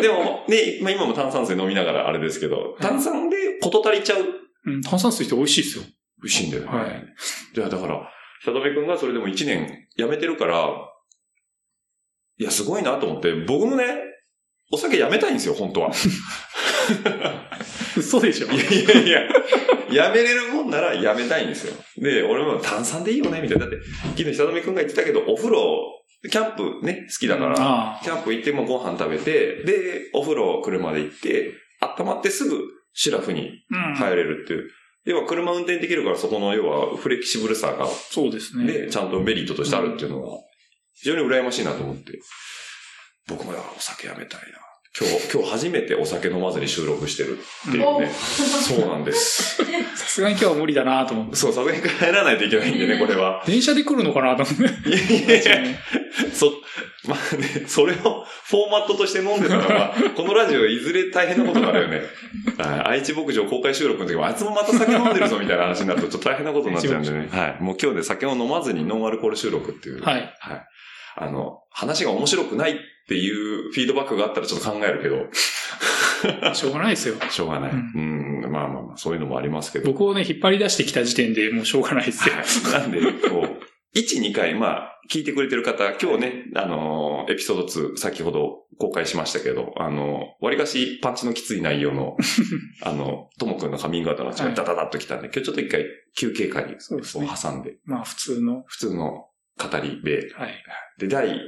Speaker 2: でも、ね、まあ今も炭酸水飲みながらあれですけど、炭酸で事足りちゃう。
Speaker 3: た。うん、炭酸水って美味しいですよ。
Speaker 2: 美味しいんだよね。
Speaker 3: はい。
Speaker 2: じゃあだから、久留くんがそれでも1年やめてるから、いや、すごいなと思って、僕もね、お酒やめたいんですよ、本当は。
Speaker 3: 嘘でしょ。
Speaker 2: いやいやいや、やめれるもんならやめたいんですよ。で、俺も炭酸でいいよね、みたいな。だって、昨日久留くんが言ってたけど、お風呂、キャンプね、好きだから、
Speaker 3: あ
Speaker 2: キャンプ行ってもご飯食べて、で、お風呂車で行って、温まってすぐシラフに
Speaker 3: あ。うん。
Speaker 2: 入れるっていう。要は車運転できるから、そこの要はフレキシブルさが、
Speaker 3: そうですね
Speaker 2: ね、。ちゃんとメリットとしてあるっていうのが、非常に羨ましいなと思って。僕もだからお酒やめたいな。今日、今日初めてお酒飲まずに収録してるっていうね。そうなんです。
Speaker 3: さすがに今日は無理だなと思って。
Speaker 2: そう、さすがに帰らないといけないんでね、これは。
Speaker 3: 電車で来るのかなと思って。
Speaker 2: いやいやいや、そ、まあね、それをフォーマットとして飲んでたら、まあ、このラジオいずれ大変なことになるよね。あ愛知牧場公開収録の時も、あいつもまた酒飲んでるぞみたいな話になるとちょっと大変なことになっちゃうんでね。はい。もう今日で酒を飲まずにノンアルコール収録っていう。。
Speaker 3: はいい。
Speaker 2: あの、話が面白くないっていうフィードバックがあったらちょっと考えるけど、
Speaker 3: しょうがないですよ。
Speaker 2: しょうがない。う、
Speaker 3: うん
Speaker 2: まあまあまあ、そういうのもありますけど。
Speaker 3: 僕をね、引っ張り出してきた時点でもうしょうがないですよ。
Speaker 2: なんで、こう、1、2回、まあ、聞いてくれてる方、今日ね、あのーエピソード2、先ほど公開しましたけど、あのー、わりかしパンチのきつい内容
Speaker 3: *laughs*
Speaker 2: の、あの、ともくんのカミングアウトの話が
Speaker 3: はい
Speaker 2: ダダダッときたんで、今日ちょっと一回休憩会に
Speaker 3: そうですね
Speaker 2: こう挟んで、
Speaker 3: まあ普通の。
Speaker 2: 普通の語りで、
Speaker 3: はい。
Speaker 2: で、第、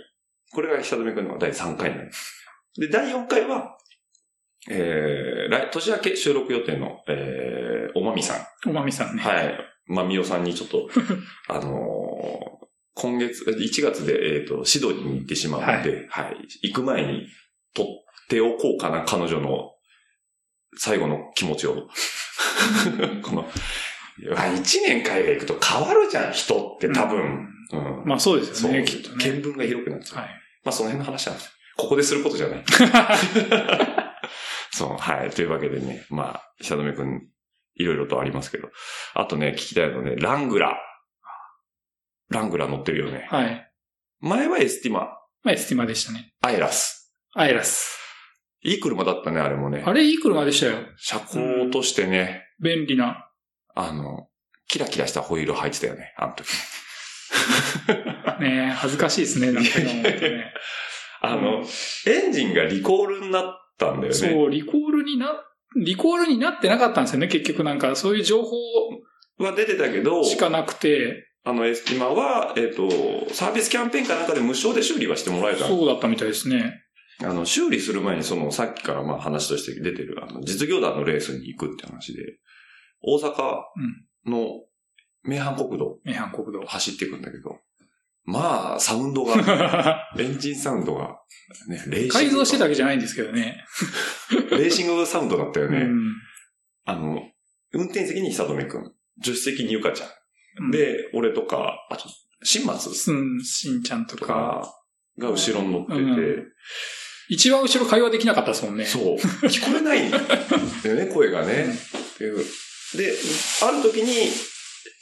Speaker 2: これが久留くんの第3回なんです。で、第4回は、えー、来、年明け収録予定の、えー、おまみさん。
Speaker 3: おまみさんね。
Speaker 2: はい。まあ、みおさんにちょっ *laughs* と、あのー今月、え1月で、えっ、と、シドニーに行ってしまうので、はい、行く前に、とっておこうかな、彼女の、最後の気持ちを。この、いや一年海外行くと変わるじゃん、人って多分。うん。
Speaker 3: まあそうです
Speaker 2: そ
Speaker 3: よ
Speaker 2: う、
Speaker 3: ね、きっとね。
Speaker 2: 見聞が広くなっちゃう。
Speaker 3: はい。
Speaker 2: まあ、その辺の話なんです。ここですることじゃない。 *laughs* そう、はい。というわけでね、まあ、久留くん、いろいろとありますけど。あとね、聞きたいのね、ラングラ。ラングラ乗ってるよね。
Speaker 3: はい。
Speaker 2: 前はエスティマ、
Speaker 3: まあエスティマでしたね。
Speaker 2: アイラス。
Speaker 3: アイラス。
Speaker 2: いい車だったね、あれもね
Speaker 3: あ。れいい車でしたよ。
Speaker 2: 車高としてね、
Speaker 3: 便利な。
Speaker 2: あの、キラキラしたホイール履いてたよね、あの時。
Speaker 3: ねえ、恥ずかしいですね、なんか今思うとね。
Speaker 2: あの、エンジンがリコールになったんだよね。
Speaker 3: そう、リコールにな、リコールになってなかったんですよね、結局なんか、そういう情報
Speaker 2: は出てたけど、
Speaker 3: しかなくて、
Speaker 2: あの、エスティマは、えっ、と、サービスキャンペーンかなんかで無償で修理はしてもらえた
Speaker 3: そうだったみたいですね。
Speaker 2: あの、修理する前にその、さっきからまあ話として出てる、あの、実業団のレースに行くって話で、大阪の名阪国道、
Speaker 3: 名阪 *laughs* 国道。
Speaker 2: 走っていくんだけど、まあ、サウンド
Speaker 3: *laughs*
Speaker 2: が、エンジンサウンドが、ね、レーシング。
Speaker 3: 改造してたわけじゃないんですけどね。
Speaker 2: レーシングサウンドだったよね。
Speaker 3: うん
Speaker 2: あの、運転席に久留くん、助手席にゆかちゃん。
Speaker 3: うん
Speaker 2: で、俺とか、あと、新松
Speaker 3: うん、しんちゃんと
Speaker 2: と
Speaker 3: か。
Speaker 2: かが後ろに乗ってて、
Speaker 3: うん一番後ろ会話できなかったですもんね。
Speaker 2: そう。聞こえ
Speaker 3: *laughs*
Speaker 2: ないんだよね、声がね。っていう。で、ある時に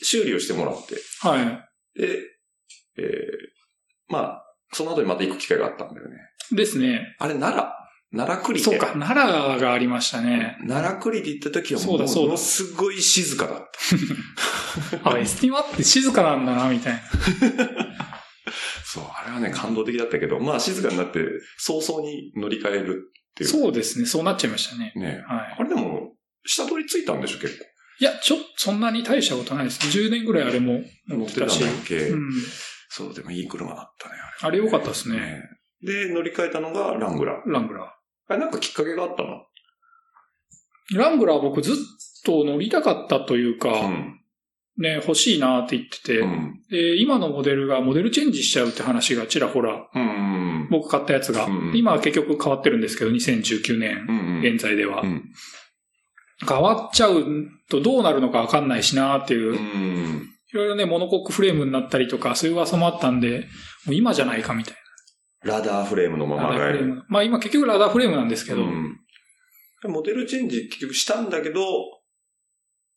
Speaker 2: 修理をしてもらって、
Speaker 3: は
Speaker 2: で、えー、まあ、その後にまた行く機会があったんだよね。
Speaker 3: い。ですね。
Speaker 2: あれ、奈良、奈良クリテ。
Speaker 3: そうか、奈良がありました
Speaker 2: *laughs*
Speaker 3: ね。
Speaker 2: 奈良クリテ行った時はも
Speaker 3: そう
Speaker 2: う、
Speaker 3: だそうだ
Speaker 2: ものすごい静かだった。
Speaker 3: あ、エスティマって静かなんだな、みたいな。
Speaker 2: そう、あれはね、感動的だったけど、まあ静かになって、早々に乗り換えるっていう。
Speaker 3: そうですね、そうなっちゃいましたね。
Speaker 2: ね
Speaker 3: はい。
Speaker 2: あれでも、下取りついたんでしょ、結
Speaker 3: いや、ちょ、そんなに大したことないです。10年ぐらいあれも
Speaker 2: 構。
Speaker 3: 乗ってたし。
Speaker 2: 乗ってんだっけ、
Speaker 3: うん。
Speaker 2: そう、でもいい車だったね、あれ。
Speaker 3: あれ良かったですね。
Speaker 2: ねで、乗り換えたのがラングラー。
Speaker 3: ラングラ
Speaker 2: あれなんかきっかけがあったの
Speaker 3: ー。ラングラー僕ずっと乗りたかったというか、
Speaker 2: ん。
Speaker 3: ね、欲しいなって言ってて、
Speaker 2: うん。
Speaker 3: で、今のモデルがモデルチェンジしちゃうって話がちらほら、
Speaker 2: うん。
Speaker 3: 僕買ったやつが、
Speaker 2: うん
Speaker 3: 今は結局変わってるんですけど、2019年、
Speaker 2: うん。
Speaker 3: 現在では。
Speaker 2: うん。
Speaker 3: 変わっちゃうとどうなるのかわかんないしなっていう、
Speaker 2: う
Speaker 3: い
Speaker 2: ん。
Speaker 3: ろいろね、モノコックフレームになったりとか、そういう噂もあったんで、もう今じゃないかみたい
Speaker 2: ラダーフレームのま
Speaker 3: な。ラ
Speaker 2: ま
Speaker 3: ダー
Speaker 2: が
Speaker 3: フレーム。まあ今結局ラダーフレームなんですけ
Speaker 2: け
Speaker 3: ど、
Speaker 2: ど、モデルチェンジ結局したんだけど、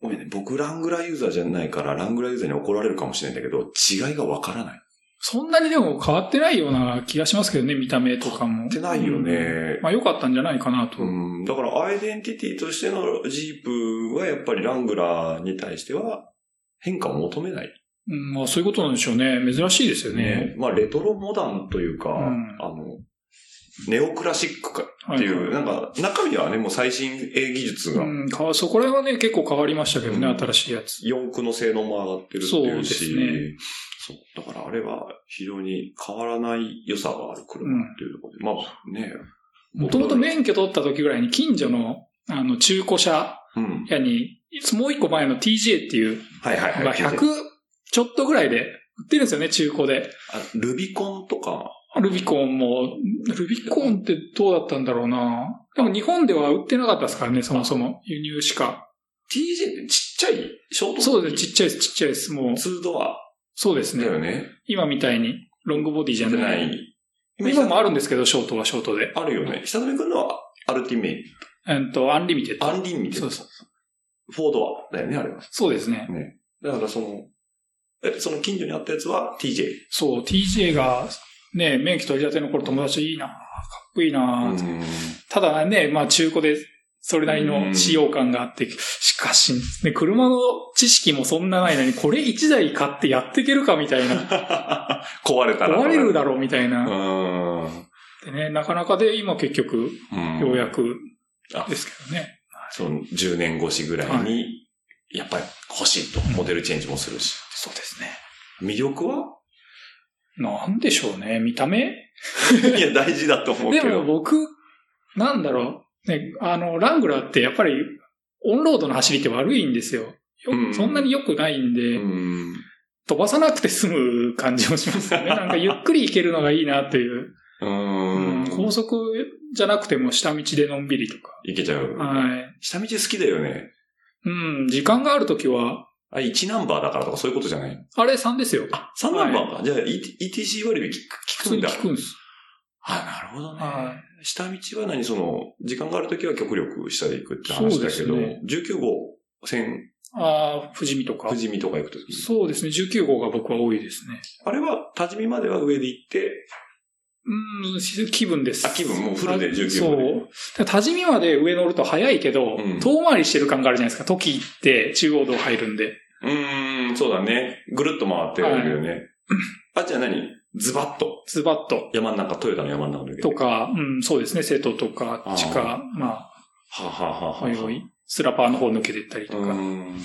Speaker 2: ごめんね、僕ラングラーユーザーじゃないから、ラングラーユーザーに怒られるかもしれないんだけど、違いがわからない。
Speaker 3: そんなにでも変わってないような気がしますけどね、見た目とかも。
Speaker 2: ってないよ
Speaker 3: うん。
Speaker 2: ね。
Speaker 3: まあ良かったんじゃないかなと。
Speaker 2: うん、だからアイデンティティとしてのジープはやっぱりラングラーに対しては変化を求めない。
Speaker 3: うんまあそういうことなんでしょうね。珍しいですよね。
Speaker 2: ね、まあレトロモダンというか、
Speaker 3: ん
Speaker 2: あの、ネオクラシックか
Speaker 3: は
Speaker 2: っていう、なんか中身はね、もう最新鋭技術が
Speaker 3: うん、かわそこら辺はね、結構変わりましたけどね、
Speaker 2: うん
Speaker 3: 新しいやつ。
Speaker 2: 四駆の性能も上がってるっていうし、
Speaker 3: そうで
Speaker 2: そうだからあれは非常に変わらない良さがある車っていうところで、まあね、
Speaker 3: もともと免許取った時ぐらいに近所の、あの、中古車
Speaker 2: うん。
Speaker 3: 屋に、もう一個前の TJ っていう、
Speaker 2: はいはいはい。
Speaker 3: が100ちょっとぐらいで売ってるんですよね、中古で。
Speaker 2: あルビコンとか、
Speaker 3: ルビコンも、ルビコンってどうだったんだろうなでも日本では売ってなかったですからね、そもそも。輸入しか。
Speaker 2: TJ ってちっちゃいショート
Speaker 3: そうですね、ちっちゃいです、ちっちゃいです。もう、
Speaker 2: ツードア
Speaker 3: そうです
Speaker 2: だ
Speaker 3: ね。
Speaker 2: よね。
Speaker 3: 今みたいに、ロングボディじゃ
Speaker 2: じゃ
Speaker 3: な。
Speaker 2: ないい。
Speaker 3: 今もあるんですけど、ショートはショートで。
Speaker 2: あるよね。久留くんのはアルティメイ
Speaker 3: えっと、アンリミテッ
Speaker 2: ト。
Speaker 3: ド。
Speaker 2: アンリミテッ
Speaker 3: そ
Speaker 2: ド。
Speaker 3: うそう。
Speaker 2: フォードアだよね、あれは。
Speaker 3: そうですね。
Speaker 2: ね。だからその、え、その近所にあったやつは TJ。
Speaker 3: そう、TJ が、ね、免許取り立ての頃友達といいなかっこいいな、ただね、まあ中古で、それなりの使用感があって、しかし、ね、車の知識もそんなないのに、これ1台買ってやっていけるか
Speaker 2: *laughs*
Speaker 3: みたいな、
Speaker 2: 壊れたら。
Speaker 3: 壊れるだろうみたいうな。
Speaker 2: ーん。
Speaker 3: でね、なかなかで、今結局、
Speaker 2: うん
Speaker 3: ようやく
Speaker 2: あ
Speaker 3: ですけどね。
Speaker 2: その10年越しぐらいに、
Speaker 3: は
Speaker 2: やっぱり欲しいと。モデルチェンジもするし。
Speaker 3: そうですね。
Speaker 2: 魅力は *laughs*
Speaker 3: なんでしょうね、見た目
Speaker 2: いや、大事だと思うけ
Speaker 3: で
Speaker 2: ど。
Speaker 3: も僕、なんだろう。ね、あの、ラングラーってやっぱり、オンロードの走りって悪いんですよ。よ
Speaker 2: うん
Speaker 3: そんなに良くないんで、
Speaker 2: うん。
Speaker 3: 飛ばさなくて済む感じもしますよ
Speaker 2: *laughs*
Speaker 3: ね。なんかゆっくり行けるのがいいなっていう。
Speaker 2: う
Speaker 3: うん
Speaker 2: ー
Speaker 3: 高
Speaker 2: ん。
Speaker 3: 速じゃなくても下道でのんびりとか。
Speaker 2: いけちゃう。
Speaker 3: はい。
Speaker 2: 下道好きだよね。
Speaker 3: うん、時間があるときは、
Speaker 2: あ、1ナンバーだからとかそういうことじゃない
Speaker 3: あれ3ですよ。
Speaker 2: ?3 ナンバーか。じゃあ、E- ETC 割引
Speaker 3: 普
Speaker 2: 聞く
Speaker 3: 通
Speaker 2: ん
Speaker 3: に
Speaker 2: だ。
Speaker 3: 聞くんです。
Speaker 2: あ、なるほどね。
Speaker 3: は
Speaker 2: 下道は何その、時間があるときは極力下で行くって話だけ
Speaker 3: そ
Speaker 2: ど、
Speaker 3: うですね
Speaker 2: 19号線、
Speaker 3: ああ、富士見とか
Speaker 2: 富。士見とか行くとき
Speaker 3: そうですね、19号が僕は多いですね。
Speaker 2: あれは、多治見までは上で行って、
Speaker 3: うん、気分です。
Speaker 2: あ気分もうフルで19
Speaker 3: そ
Speaker 2: ま
Speaker 3: う
Speaker 2: で。
Speaker 3: だから多治見まで上乗ると早いけど、
Speaker 2: うん
Speaker 3: 遠回りしてる感があるじゃないですか。時行って中央道入るんで。
Speaker 2: うーん、そうだね。ぐるっと回ってるよね。あ、じゃあ何ズバッと。
Speaker 3: ズバッと。
Speaker 2: 山の中、トヨタの山の中抜けて
Speaker 3: と。か、うん、そうですね。瀬戸とか、
Speaker 2: あー
Speaker 3: 地下、まあ、
Speaker 2: はあはあはあはあ
Speaker 3: おいおい、スラパーの方抜けていったりと
Speaker 2: う
Speaker 3: か。
Speaker 2: ん。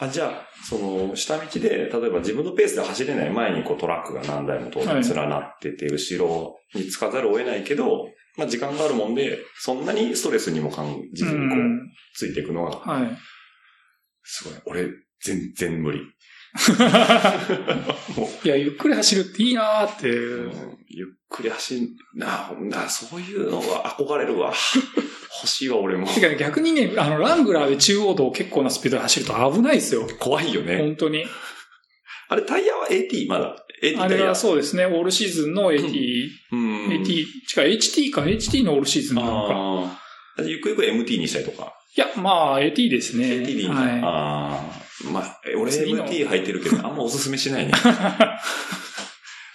Speaker 2: あ、じゃあ、その、下道で、例えば自分のペースで走れない前にこうトラックが何台も当然連なってて、後ろにつかざるを得ないけど、まあ時間があるもんで、そんなにストレスにも感じずにこう、
Speaker 3: ん、
Speaker 2: ついていくのが、
Speaker 3: はい。
Speaker 2: すごい。俺、全然無理。もう
Speaker 3: いや、ゆっくり走るっていいなーって。
Speaker 2: うんゆっくり走んなあ、なあ、そういうのは憧れるわ。 *laughs* 欲しいわ、
Speaker 3: *laughs*
Speaker 2: 俺も。
Speaker 3: てかね、逆にね、あの、ラングラーで中央道を結構なスピードで走ると危ないですよ。
Speaker 2: 怖いよね。
Speaker 3: 本当に。
Speaker 2: あれ、タイヤは AT まだ。AT
Speaker 3: あ
Speaker 2: タイ
Speaker 3: れ
Speaker 2: ヤ
Speaker 3: は。そうですね、オールシーズンの AT、
Speaker 2: うん。
Speaker 3: AT、違う、HT か、HT のオールシーズンなのか。
Speaker 2: ああ。ゆくゆく MT にしたりとか。
Speaker 3: いや、まあ、AT ですね。
Speaker 2: AT でいいんだ。
Speaker 3: はい。
Speaker 2: ああ。まあ、俺
Speaker 3: 次の
Speaker 2: MT 履いてるけ
Speaker 3: *laughs*
Speaker 2: ど、あんまおすすめしないね。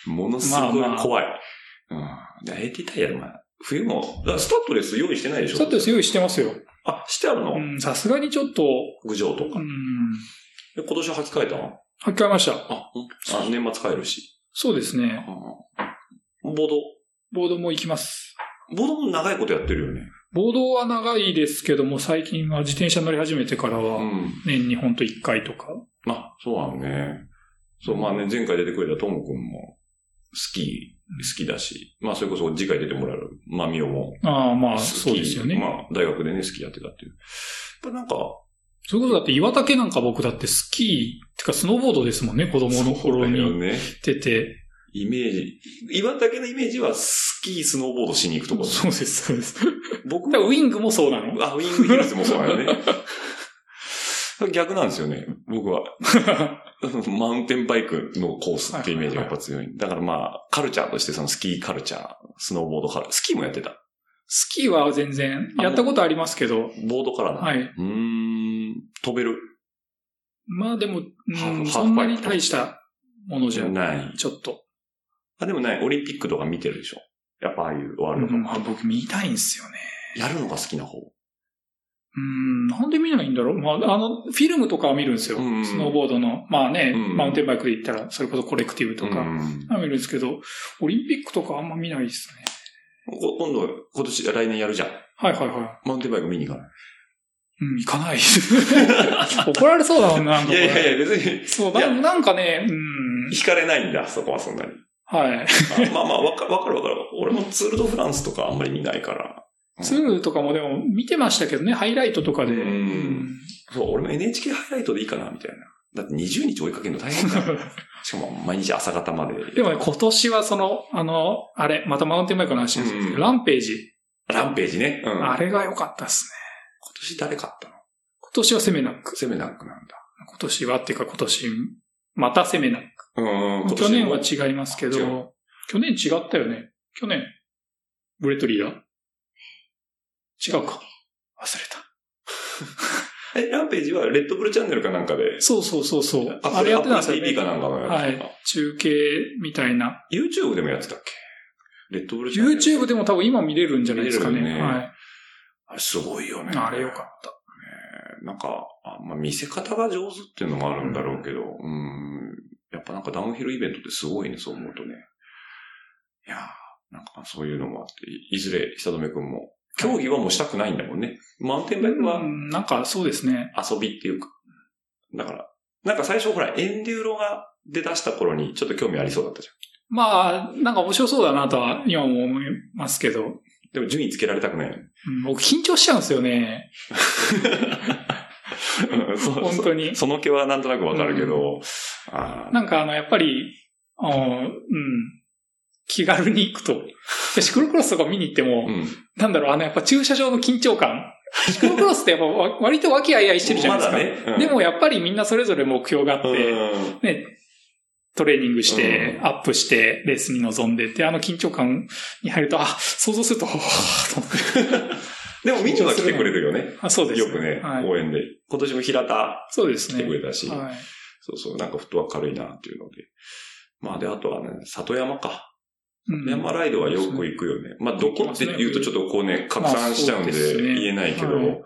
Speaker 2: ものすごい怖い。うん。で AT タイヤでも、冬も、だからスタッドレス用意してないでしょ
Speaker 3: ちょっと用意してますよ。
Speaker 2: あ、してあるの
Speaker 3: うん、さすがにちょっと、
Speaker 2: 屋上と
Speaker 3: う
Speaker 2: か。
Speaker 3: ん、
Speaker 2: で今年は履き替えたの
Speaker 3: 履き替えました。
Speaker 2: あ、あ年末帰るし。
Speaker 3: そうですね。
Speaker 2: ボード。
Speaker 3: ボードも行きます。
Speaker 2: ボードも長いことやってるよね。
Speaker 3: ボードは長いですけども、最近は自転車乗り始めてからは、
Speaker 2: ん。
Speaker 3: 年にほんと1回とか。
Speaker 2: まあ、そうなのね。そう、まあね、前回出てくれたともくんも、好き、好きだし、まあ、それこそ次回出てもらえる、まあ、みおも、
Speaker 3: ああ、ま
Speaker 2: 好
Speaker 3: あ、
Speaker 2: き。
Speaker 3: そうですよね。
Speaker 2: まあ、大学でね、好きやってたっていう。やっぱなんか、
Speaker 3: そういうことだって、岩竹なんか僕だってスキー、てかスノーボードですもんね、子供の頃に
Speaker 2: そうだよ
Speaker 3: 行
Speaker 2: ね。
Speaker 3: ってて。
Speaker 2: イメージ。岩竹のイメージは、スキー、スノーボードしに行くとこ。
Speaker 3: そうです、そうです。
Speaker 2: 僕
Speaker 3: だからウィングもそうなの
Speaker 2: あ、ウィングヒルズもそうだよね。 *laughs* 逆なんですよね、僕 *laughs* は。マウンテンバイクのコースってイメージがやっぱ強い。だからまあ、カルチャーとしてそのスキーカルチャー、スノーボードカラー、スキーもやってた。
Speaker 3: スキーは全然、やったことありますけど、
Speaker 2: ボードからな。
Speaker 3: は
Speaker 2: う
Speaker 3: い。
Speaker 2: ーん、飛べる
Speaker 3: まあでも、
Speaker 2: ハーフハ
Speaker 3: うん、
Speaker 2: ーフ
Speaker 3: そんなに大したものじ
Speaker 2: じ
Speaker 3: ゃ
Speaker 2: ゃない。
Speaker 3: ちょっと。
Speaker 2: あ、でもない、オリンピックとか見てるでしょ。やっぱああいうワールドカップ。
Speaker 3: まあ僕見たいんすよね。
Speaker 2: やるのが好きな方。
Speaker 3: うん、なんで見ないんだろう。まあ、あの、フィルムとかは見るんですよ。
Speaker 2: うん
Speaker 3: スノーボードの。まあね、
Speaker 2: うん
Speaker 3: マウンテンバイクで言ったら、それこそコレクティブとか。
Speaker 2: うん
Speaker 3: 見るんですけど、オリンピックとかあんま見ないですね。
Speaker 2: こ今度、今年、来年やるじゃん。
Speaker 3: はいはいはい。
Speaker 2: マウンテンバイク見に行かない。
Speaker 3: うん、行
Speaker 2: *laughs*
Speaker 3: かないです。怒られそうだもん *laughs* な、なんか。
Speaker 2: いやいやいや、別に、
Speaker 3: そう、ななんかね、うん、
Speaker 2: 惹かれないんだ、そこはそんなに。
Speaker 3: はい。
Speaker 2: あまあまあ、わかわかるわかる。俺もツールドフランスとかあんまり見ないから。
Speaker 3: ツールとかもでも見てましたけどね、ハイライトとかで。
Speaker 2: うん
Speaker 3: うん *laughs*
Speaker 2: そう、俺も NHK ハイライトでいいかな、みたいな。だって20日追いかけるの大変だよ。しかも毎日朝方まで。
Speaker 3: でもね、今年はその、あの、あれ、またマウンテンバイクの話なんですけど、
Speaker 2: うん
Speaker 3: ランページ。
Speaker 2: ランページね。うん。
Speaker 3: あ
Speaker 2: 今
Speaker 3: れが良かったですね。
Speaker 2: 年誰勝ったの
Speaker 3: 今年はセメナック。
Speaker 2: セメナックなんだ。
Speaker 3: 今年はっていうか今年、またセメナッ
Speaker 2: うん
Speaker 3: ク。去年は違いますけ
Speaker 2: 違
Speaker 3: ど、去年違ったよね。去年、ブレトリーだ。違うか。忘れた。
Speaker 2: え、ランページはレッドブルチャンネルかなんかで。
Speaker 3: そうそうそうそう。
Speaker 2: アップ
Speaker 3: あれやってたんですよ、
Speaker 2: アップル TV かな
Speaker 3: ね。
Speaker 2: んかのやつ
Speaker 3: はい。中継みたいな。
Speaker 2: YouTube でもやってたっけレッドブルチャンネル。
Speaker 3: YouTube でも多分今見れるんじゃないですかね。
Speaker 2: 見れるよね
Speaker 3: はい。
Speaker 2: あれすごいよね。
Speaker 3: あれよかった。
Speaker 2: なんか、あまあ、見せ方が上手っていうのもあるんだろうけど、うん、やっぱなんかダウンヒルイベントってすごいね、そう思うとね。いやーなんかそういうのもあって、いいずれ、久留くんも、競技はもうしたくないんだもんね。マウンテンバイクは
Speaker 3: うんなんかそうですね。
Speaker 2: 遊びっていうか。だから、なんか最初ほら、エンデューロが出だした頃にちょっと興味ありそうだったじ
Speaker 3: まあ、なんか面白そうだなとは今も思いますけど、
Speaker 2: ゃん。でも順位つけられたくないよね。
Speaker 3: うん僕緊張しちゃうんですよ
Speaker 2: *laughs*
Speaker 3: ね。
Speaker 2: うん *laughs* そう
Speaker 3: *laughs* 本当に
Speaker 2: そ。その気はなんとなくわかるけど、あー
Speaker 3: なんかあの、やっぱり、あのうん。気軽に行くと。でシクロクロスとか見に行っても、
Speaker 2: うん。
Speaker 3: なんだろう、あの、やっぱ駐車場の緊張感。シクロクロスってやっぱわ割と和気あいあいしてるじゃないですか。
Speaker 2: まだね。うん
Speaker 3: で、もやっぱりみんなそれぞれ目標があって、
Speaker 2: うん
Speaker 3: ね、トレーニングして
Speaker 2: う、
Speaker 3: アップして、レースに臨んでって、あの緊張感に入ると、あ、想像すると、はぁと思って。
Speaker 2: *laughs* でもみんなは来てくれるよね。
Speaker 3: あ、そうです
Speaker 2: よくね、
Speaker 3: はい
Speaker 2: 応援で。今年も平田
Speaker 3: そうです
Speaker 2: 来てく
Speaker 3: ね。
Speaker 2: れたし、
Speaker 3: はい。
Speaker 2: そうそう、なんかフットワーク軽いなっていうので。まあで、あとはね、里山か。
Speaker 3: うん
Speaker 2: ヤマライドはよく行くよね。まあ、どこって言うとちょっとこうね、
Speaker 3: き
Speaker 2: 拡
Speaker 3: ますね
Speaker 2: 散しちゃうんで
Speaker 3: まあそうですね
Speaker 2: 言えないけ
Speaker 3: は
Speaker 2: ど
Speaker 3: い、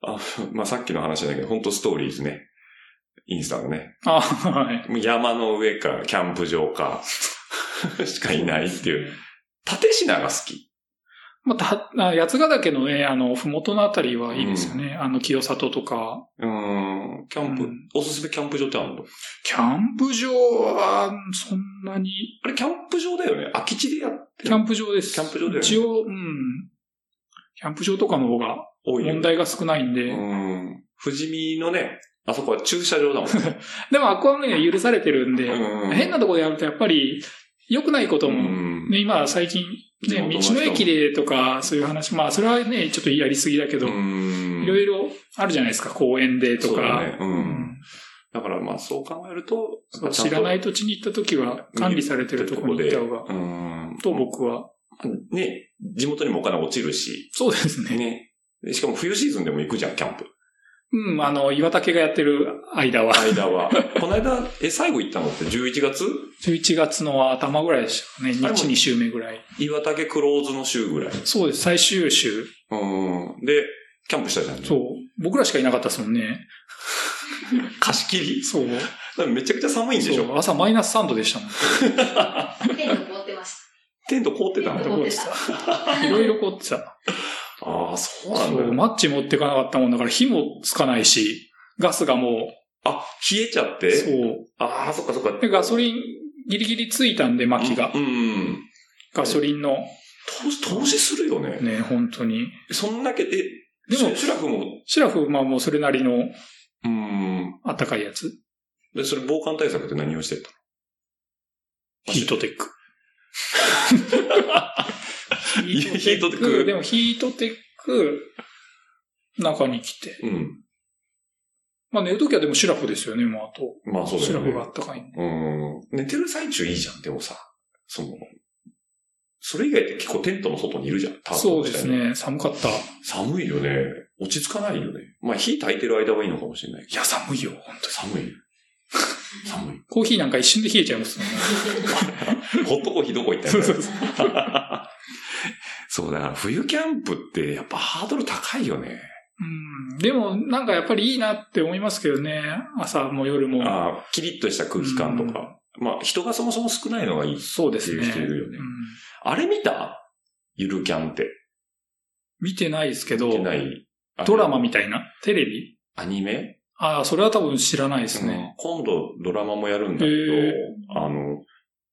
Speaker 2: あまあ、さっきの話だけど、本当ストーリーズね。インスタのね。
Speaker 3: あ、はい。
Speaker 2: もう山の上か、キャンプ場
Speaker 3: *laughs*
Speaker 2: か、しかいないっていう。。縦品が好き。
Speaker 3: また、あ八ヶ岳のね、あの、ふもとのあたりはいいですよね。あの、清里とか。
Speaker 2: うーん、キャンプ、
Speaker 3: うん
Speaker 2: おすすめキャンプ場ってあるの
Speaker 3: キャンプ場は、そんなに、
Speaker 2: あれ、キャンプ場だよね。空き地でやってる。
Speaker 3: キャンプ場です。
Speaker 2: キャンプ場だよね
Speaker 3: 一応、うん。キャンプ場とかの方が
Speaker 2: 多いよね
Speaker 3: 問題が少ないんで。
Speaker 2: うん。富士見のね、あそこは駐車場だもん
Speaker 3: *laughs*
Speaker 2: ね。
Speaker 3: でも、アクアムには許されてるんで、
Speaker 2: うん
Speaker 3: 変なとこでやるとやっぱり、良くないこと
Speaker 2: う
Speaker 3: も、
Speaker 2: ん。
Speaker 3: ね、今最近、
Speaker 2: 地元
Speaker 3: ね、
Speaker 2: の
Speaker 3: 道
Speaker 2: 人も
Speaker 3: の駅でとか、そういう話、まあ、それはね、ちょっとやりすぎだけど、
Speaker 2: うん
Speaker 3: いろいろあるじゃないですか、公園でと
Speaker 2: そう
Speaker 3: か。
Speaker 2: だね。うん。だからまあそう考えると、
Speaker 3: そう知らないい土地に行った時は管理されてるところに行った方が、
Speaker 2: うん。
Speaker 3: と僕は。
Speaker 2: ね、地元にもお金落ちる
Speaker 3: *laughs*
Speaker 2: し、
Speaker 3: そうですね。
Speaker 2: ね。でしかも冬シーズンでも行くじゃん、キャンプ。
Speaker 3: うん、あの、岩竹がやってる間は、
Speaker 2: 間
Speaker 3: *laughs*
Speaker 2: は。この間、え、最後行ったのって11月
Speaker 3: 11月の頭ぐらいでしたね。
Speaker 2: あれも
Speaker 3: 日2週目ぐらい。
Speaker 2: 岩竹クローズの週ぐらい。
Speaker 3: そうです、最終週。
Speaker 2: うん。で、キャンプしたじゃん。。
Speaker 3: そうう。僕らしかいなかったですもんね。
Speaker 2: 貸し切り
Speaker 3: そう。
Speaker 2: だからめちゃくちゃ寒いんでし
Speaker 3: そ
Speaker 2: ょ
Speaker 3: う朝マイナス3度でしたもん。
Speaker 4: テント凍ってまし
Speaker 2: テント凍ってた
Speaker 4: テント
Speaker 2: の
Speaker 4: 凍
Speaker 3: こう
Speaker 4: っ
Speaker 3: で
Speaker 4: てた
Speaker 2: *laughs*
Speaker 3: した。いろいろこうってた。
Speaker 2: ああ、そうなん
Speaker 3: そ
Speaker 2: だ
Speaker 3: う、
Speaker 2: よ。
Speaker 3: マッチ持ってかなかったもんだから火もつかないし、ガスがも
Speaker 2: あ、冷えちゃっ
Speaker 3: う、
Speaker 2: て
Speaker 3: そ
Speaker 2: ああ、そっかそっか
Speaker 3: う。。で、ガソリンギリギリついたんで、薪が
Speaker 2: う。んうん。
Speaker 3: ガソリンの、
Speaker 2: 投資、投資するよね。
Speaker 3: ね、本当に。
Speaker 2: そんだけ、え、
Speaker 3: でも
Speaker 2: シュシュラフも、
Speaker 3: シラフ、まあもうそれなりの
Speaker 2: うん。
Speaker 3: あったかいやつ。
Speaker 2: *laughs* で、それ防寒対策って何をしてたの
Speaker 3: ヒートテック。
Speaker 2: いやヒートテック
Speaker 3: でもヒートテック、中に来て。
Speaker 2: うん。
Speaker 3: まあ寝るときはでもシラフですよね、もうあ
Speaker 2: まあそ
Speaker 3: と。
Speaker 2: うだ
Speaker 3: シラ
Speaker 2: よ
Speaker 3: フ
Speaker 2: ね
Speaker 3: が。あったかいんで。
Speaker 2: うん。寝てる最中いいじゃん、でもさ。その、それ以外って結構テントの外にいるじゃん、タープ
Speaker 3: そ
Speaker 2: の
Speaker 3: うで
Speaker 2: 下に
Speaker 3: す。ね、寒かった。
Speaker 2: 寒いよね。落ち着かないよね。まあ火焚いてる間はいいのかもしれないけ
Speaker 3: いや、寒いよ、本当
Speaker 2: ど。寒 *laughs*
Speaker 3: に。
Speaker 2: い。寒い。
Speaker 3: コーヒーなんか一瞬で冷えちゃいますもんね。
Speaker 2: ホットコーヒーどこ行った
Speaker 3: そ
Speaker 2: んだ
Speaker 3: うそ
Speaker 2: よ
Speaker 3: うそう。
Speaker 2: そう、だから冬キャンプってやっぱハードル高いよね。
Speaker 3: うん。でも、なんかやっぱりいいなって思いますけどね。朝も夜も。
Speaker 2: ああ、キリッとした空気感とか。まあ人がそもそも少ないのがいいって
Speaker 3: そうです
Speaker 2: い
Speaker 3: ね。
Speaker 2: う人いるよね
Speaker 3: う。ん
Speaker 2: あれ見たゆるキャンって。
Speaker 3: 見てないですけど
Speaker 2: 見て、ない。
Speaker 3: ドラマみ
Speaker 2: た
Speaker 3: たいなテレビ
Speaker 2: アニメ
Speaker 3: ああ、それは多分知らないですね。
Speaker 2: 今度ドラマもやるんだけ
Speaker 3: へ
Speaker 2: ど、あの、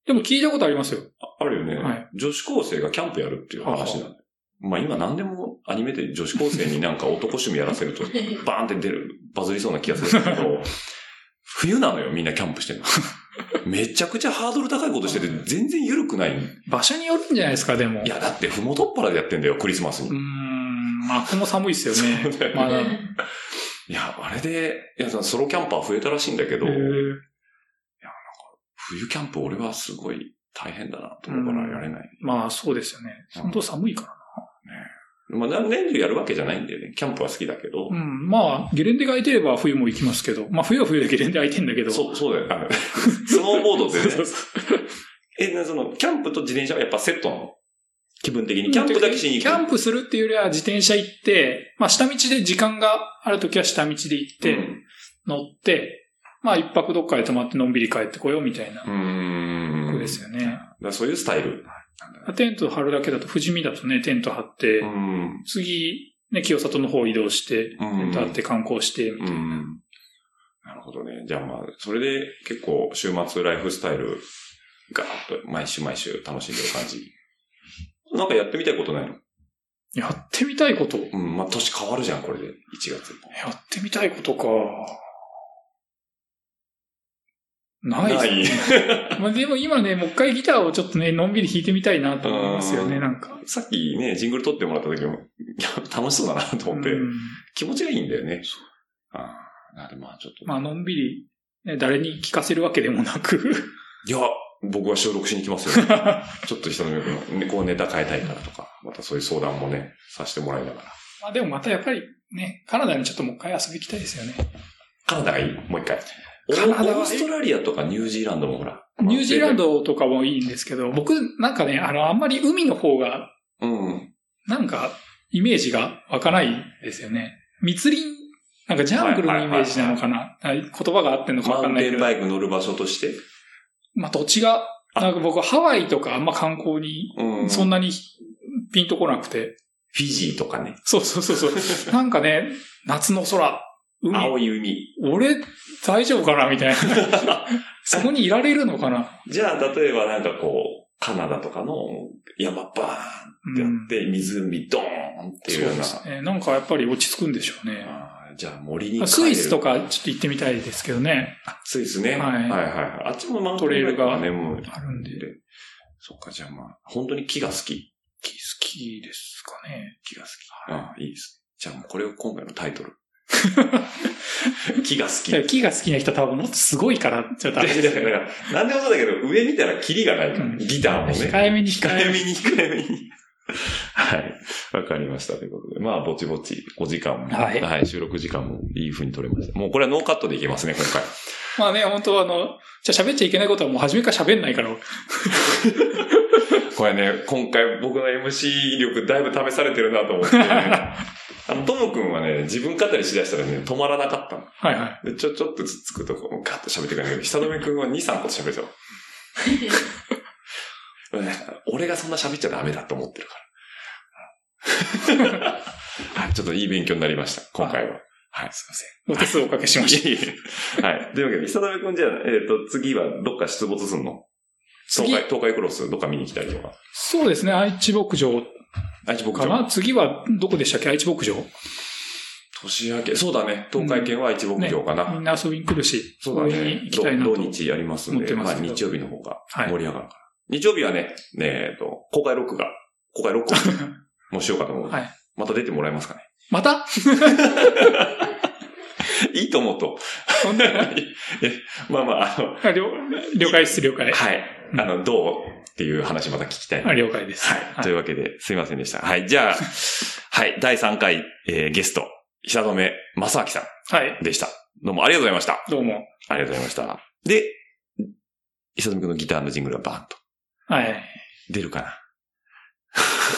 Speaker 3: でも聞いたことありますよ。
Speaker 2: ああるよね、
Speaker 3: はい
Speaker 2: 女子高生がキャンプやるっていう話なのよ。まあ今何でもアニメで女子高生になんか男趣味やらせると、バーンって出る、バズりそうな気がするんだけど、冬なのよ、みんなキャンプしてるの。めちゃくちゃハードル高いことしてて、全然緩くない。い
Speaker 3: 場所によるんじゃないですか、でも。
Speaker 2: や、だって、ふもとっぱらでやってんだよ、クリスマスに
Speaker 3: うー。
Speaker 2: *laughs*
Speaker 3: ん、まあ、ここも寒いですよね。
Speaker 2: そうだよね
Speaker 3: まだ。
Speaker 2: いや、あれで、いや、そのソロキャンパー増えたらしいんだけど、
Speaker 3: へー
Speaker 2: 冬キャンプ俺はすごい大変だなと思うからやれない。
Speaker 3: まあ、そうですよね。本当寒いか
Speaker 2: まあな年中やるわけじゃないんだよね。キャンプは好きだけど。
Speaker 3: ら。うん、まあ、ゲレンデが空いてれば冬も行きますけど。まあ、冬は冬でゲレンデ空いてんだけど。
Speaker 2: そう、そうだよ。あの *laughs* スノーボードって
Speaker 3: そうそ
Speaker 2: ね
Speaker 3: う。そう
Speaker 2: え、なその、キャンプと自転車はやっぱセットなの気分的に。キャンプだけしに行く。
Speaker 3: キャンプするっていうよりは自転車行って、まあ、下道で時間があるときは下道で行っ
Speaker 2: う
Speaker 3: て、
Speaker 2: ん
Speaker 3: 乗って、まあ、一泊どっかで泊まってのんびり帰ってこようみたいな。
Speaker 2: う
Speaker 3: こ
Speaker 2: ん。
Speaker 3: とですよね。
Speaker 2: だからそういうスタイル。
Speaker 3: テント張るだけだと、富士見だとね、テント張って、
Speaker 2: ん。
Speaker 3: 次、ね、清里の方移動して、
Speaker 2: うん
Speaker 3: テント張って観光して、みたい
Speaker 2: う
Speaker 3: な。
Speaker 2: ん。なるほどね。じゃあまあ、それで結構週末ライフスタイル、ガーッと毎週毎週楽しんでる感じ。 *laughs* なんかやってみたいことないの
Speaker 3: やってみたいこと。や
Speaker 2: うん、まあ年変わるじゃん、これで。1月。
Speaker 3: ってみたいことか。ないっす
Speaker 2: ない。 *laughs*
Speaker 3: まあでも今ね、もう一回ギターをちょっとね、のんびり弾いてみたいなと思いますよ
Speaker 2: う
Speaker 3: ね、
Speaker 2: ん
Speaker 3: なんか。
Speaker 2: さっきね、ジングル撮ってもらった時も、いや楽しそうだなと思って、
Speaker 3: うん
Speaker 2: 気持ちがいいんだよね。ああ、なるまあちょっと。
Speaker 3: まあ、のんびり、ね、誰に聞かせるわけでもなく。 *laughs*
Speaker 2: いや、僕は収録しに来ますよ。ちょっと人の目をねこうネタ変えたいからとか、またそういう相談もね、させてもらいながら。
Speaker 3: まあでもまたやっぱりね、カナダにちょっともう一回遊び行きたいですよね。
Speaker 2: カナダがいいもう一回。
Speaker 3: カナダ
Speaker 2: オ
Speaker 3: は
Speaker 2: ーストラリアとかニュージーランドもほら、
Speaker 3: ニュージーランドとかもいいんですけど、僕なんかね、あの、あんまり海の方が、
Speaker 2: うん。
Speaker 3: なんか、イメージが湧かないですよね。密林、なんかジャングルのイメージなのかなあ言葉が合ってんのか
Speaker 2: マ
Speaker 3: わか
Speaker 2: ウ
Speaker 3: ん
Speaker 2: ン
Speaker 3: ない
Speaker 2: テ
Speaker 3: け
Speaker 2: ン
Speaker 3: ど。
Speaker 2: バイク乗る場所として。
Speaker 3: まあ土地が、
Speaker 2: あ
Speaker 3: なんか僕ハワイとかあんま観光に、
Speaker 2: うん。
Speaker 3: そん
Speaker 2: な。
Speaker 3: なにピンとこなくて。
Speaker 2: フィジーとかね。
Speaker 3: そうそうそう
Speaker 2: *laughs*
Speaker 3: そう。なんかね、夏の空、海、
Speaker 2: 青い海。
Speaker 3: 俺大丈夫かなみたいな。 *laughs* そこにいられるのかな
Speaker 2: じゃあ、例えばなんかこう、カナダとかの山バーンってやって、湖ドーンっていうような。
Speaker 3: そうですね。なんかやっぱり落ち着くんでしょうね。
Speaker 2: あーじゃあ森に帰る
Speaker 3: スイスとかちょっと行ってみたいですけどね。
Speaker 2: スイスね。
Speaker 3: はい
Speaker 2: はいはいはい。あっちもマウンテン
Speaker 3: トレイ
Speaker 2: バイ
Speaker 3: ル
Speaker 2: ク
Speaker 3: が
Speaker 2: はね、もう
Speaker 3: あるんで。
Speaker 2: そっか、じゃあまあ、本当に木が好き。
Speaker 3: 好きですかね。
Speaker 2: 木が好き。ああ、いいです。じゃあもうこれを今回のタイト
Speaker 3: *laughs*
Speaker 2: ル。木が好き。
Speaker 3: だから木が好きな人多分もっとすごいから、ちょっとあれです
Speaker 2: だ
Speaker 3: け
Speaker 2: か
Speaker 3: ど
Speaker 2: ら、なんでもそうだけど、上見たらキリがないか
Speaker 3: う
Speaker 2: ら、
Speaker 3: ん
Speaker 2: ギターもね。
Speaker 3: 控えめに控
Speaker 2: 控
Speaker 3: え
Speaker 2: え
Speaker 3: めに。
Speaker 2: めに、控えめに。はい。わかりました。ということで。まあ、ぼちぼち、5時間も。
Speaker 3: はい
Speaker 2: 収録時間もいい風に取れました。もうこれはノーカットでいけますね、今回。
Speaker 3: まあね、本当はあの、じゃあ喋っちゃいけないことはもう初めから喋んないから、
Speaker 2: これね、今回僕の MC 力だいぶ試されてるなと思って、あの、ともくんはね、自分語りしだしたらね、止まらなかったの。
Speaker 3: はいはい。
Speaker 2: でちょ、ちょっとつっつくとこう、ガッと喋ってくるんだけど、久留くんは2、3個喋るでしょ。俺がそんな喋っちゃダメだと思ってるから。はい、ちょっといい勉強になりました、今回は。はい、すいません。
Speaker 3: お手数おかけしまし
Speaker 2: いえいえ *laughs* はい。というわけで、久留くんじゃあ、えっ、と、次はどっか出没すんの東
Speaker 3: 次
Speaker 2: 海、東海クロスどっか見に来たりとか。
Speaker 3: た。そうですね、愛知牧場
Speaker 2: 愛知牧
Speaker 3: か
Speaker 2: 場。
Speaker 3: な次はどこでしたっけ愛知牧場
Speaker 2: 年明け、そうだね。東海県は愛知牧場かな。
Speaker 3: みんな遊びに来るし、
Speaker 2: そうだ
Speaker 3: 応援
Speaker 2: ね
Speaker 3: に。行き
Speaker 2: 土
Speaker 3: たいなと
Speaker 2: 土。日やりますん
Speaker 3: 思っ
Speaker 2: で、
Speaker 3: て
Speaker 2: ま
Speaker 3: ま
Speaker 2: あ
Speaker 3: すけど
Speaker 2: 日曜日の方が
Speaker 3: はい
Speaker 2: 盛り上がるから。日曜日はね、ねえっと、公開録画、公開
Speaker 3: *laughs*
Speaker 2: 録画もしようかと思う。
Speaker 3: はい
Speaker 2: また出てもらえますかね。 *laughs*
Speaker 3: また
Speaker 2: いいと思うと。
Speaker 3: そん
Speaker 2: *laughs*
Speaker 3: な
Speaker 2: えまあまあ、あの、
Speaker 3: あ了了解です、了解。
Speaker 2: はい。
Speaker 3: うん
Speaker 2: あの、どうっていう話また聞きたい。
Speaker 3: あ
Speaker 2: はい。
Speaker 3: 了解です。
Speaker 2: というわけで、すいませんでした。はい。じゃあ、はい。第3回、えーゲスト、久留正明さ
Speaker 3: はい。
Speaker 2: んでした。どうもありがとうございました。
Speaker 3: どうも。
Speaker 2: ありがとうございました。で、久留君のギターのジングルがバーンと
Speaker 3: はい。
Speaker 2: 出るかな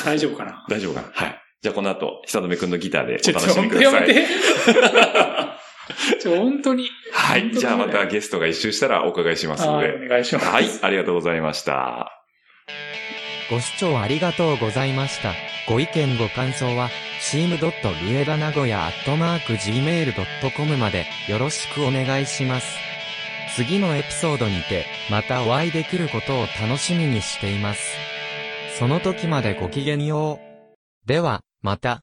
Speaker 3: 大丈夫かな
Speaker 2: 大丈夫かなはい。じゃあこの後、久留君のギターで
Speaker 3: ち
Speaker 2: お
Speaker 3: ょっ
Speaker 2: 楽
Speaker 3: と
Speaker 2: しみく
Speaker 3: 本当や
Speaker 2: ださ
Speaker 3: め
Speaker 2: い。
Speaker 3: て。ちょ、本当に。
Speaker 2: *laughs* は
Speaker 3: 本
Speaker 2: い。
Speaker 3: 当
Speaker 2: じゃあ
Speaker 3: だね
Speaker 2: またゲストが一周したらお伺いしますの
Speaker 3: はい
Speaker 2: で。
Speaker 3: お願いします。
Speaker 2: はい。ありがとうございました。
Speaker 5: ご視聴ありがとうございました。ご意見ご感想は、s e a m r u e d a n a g o y a g m a i l c o m までよろしくお願いします。次のエピソードにて、またお会いできることを楽しみにしています。その時までごきげんよう。では、また。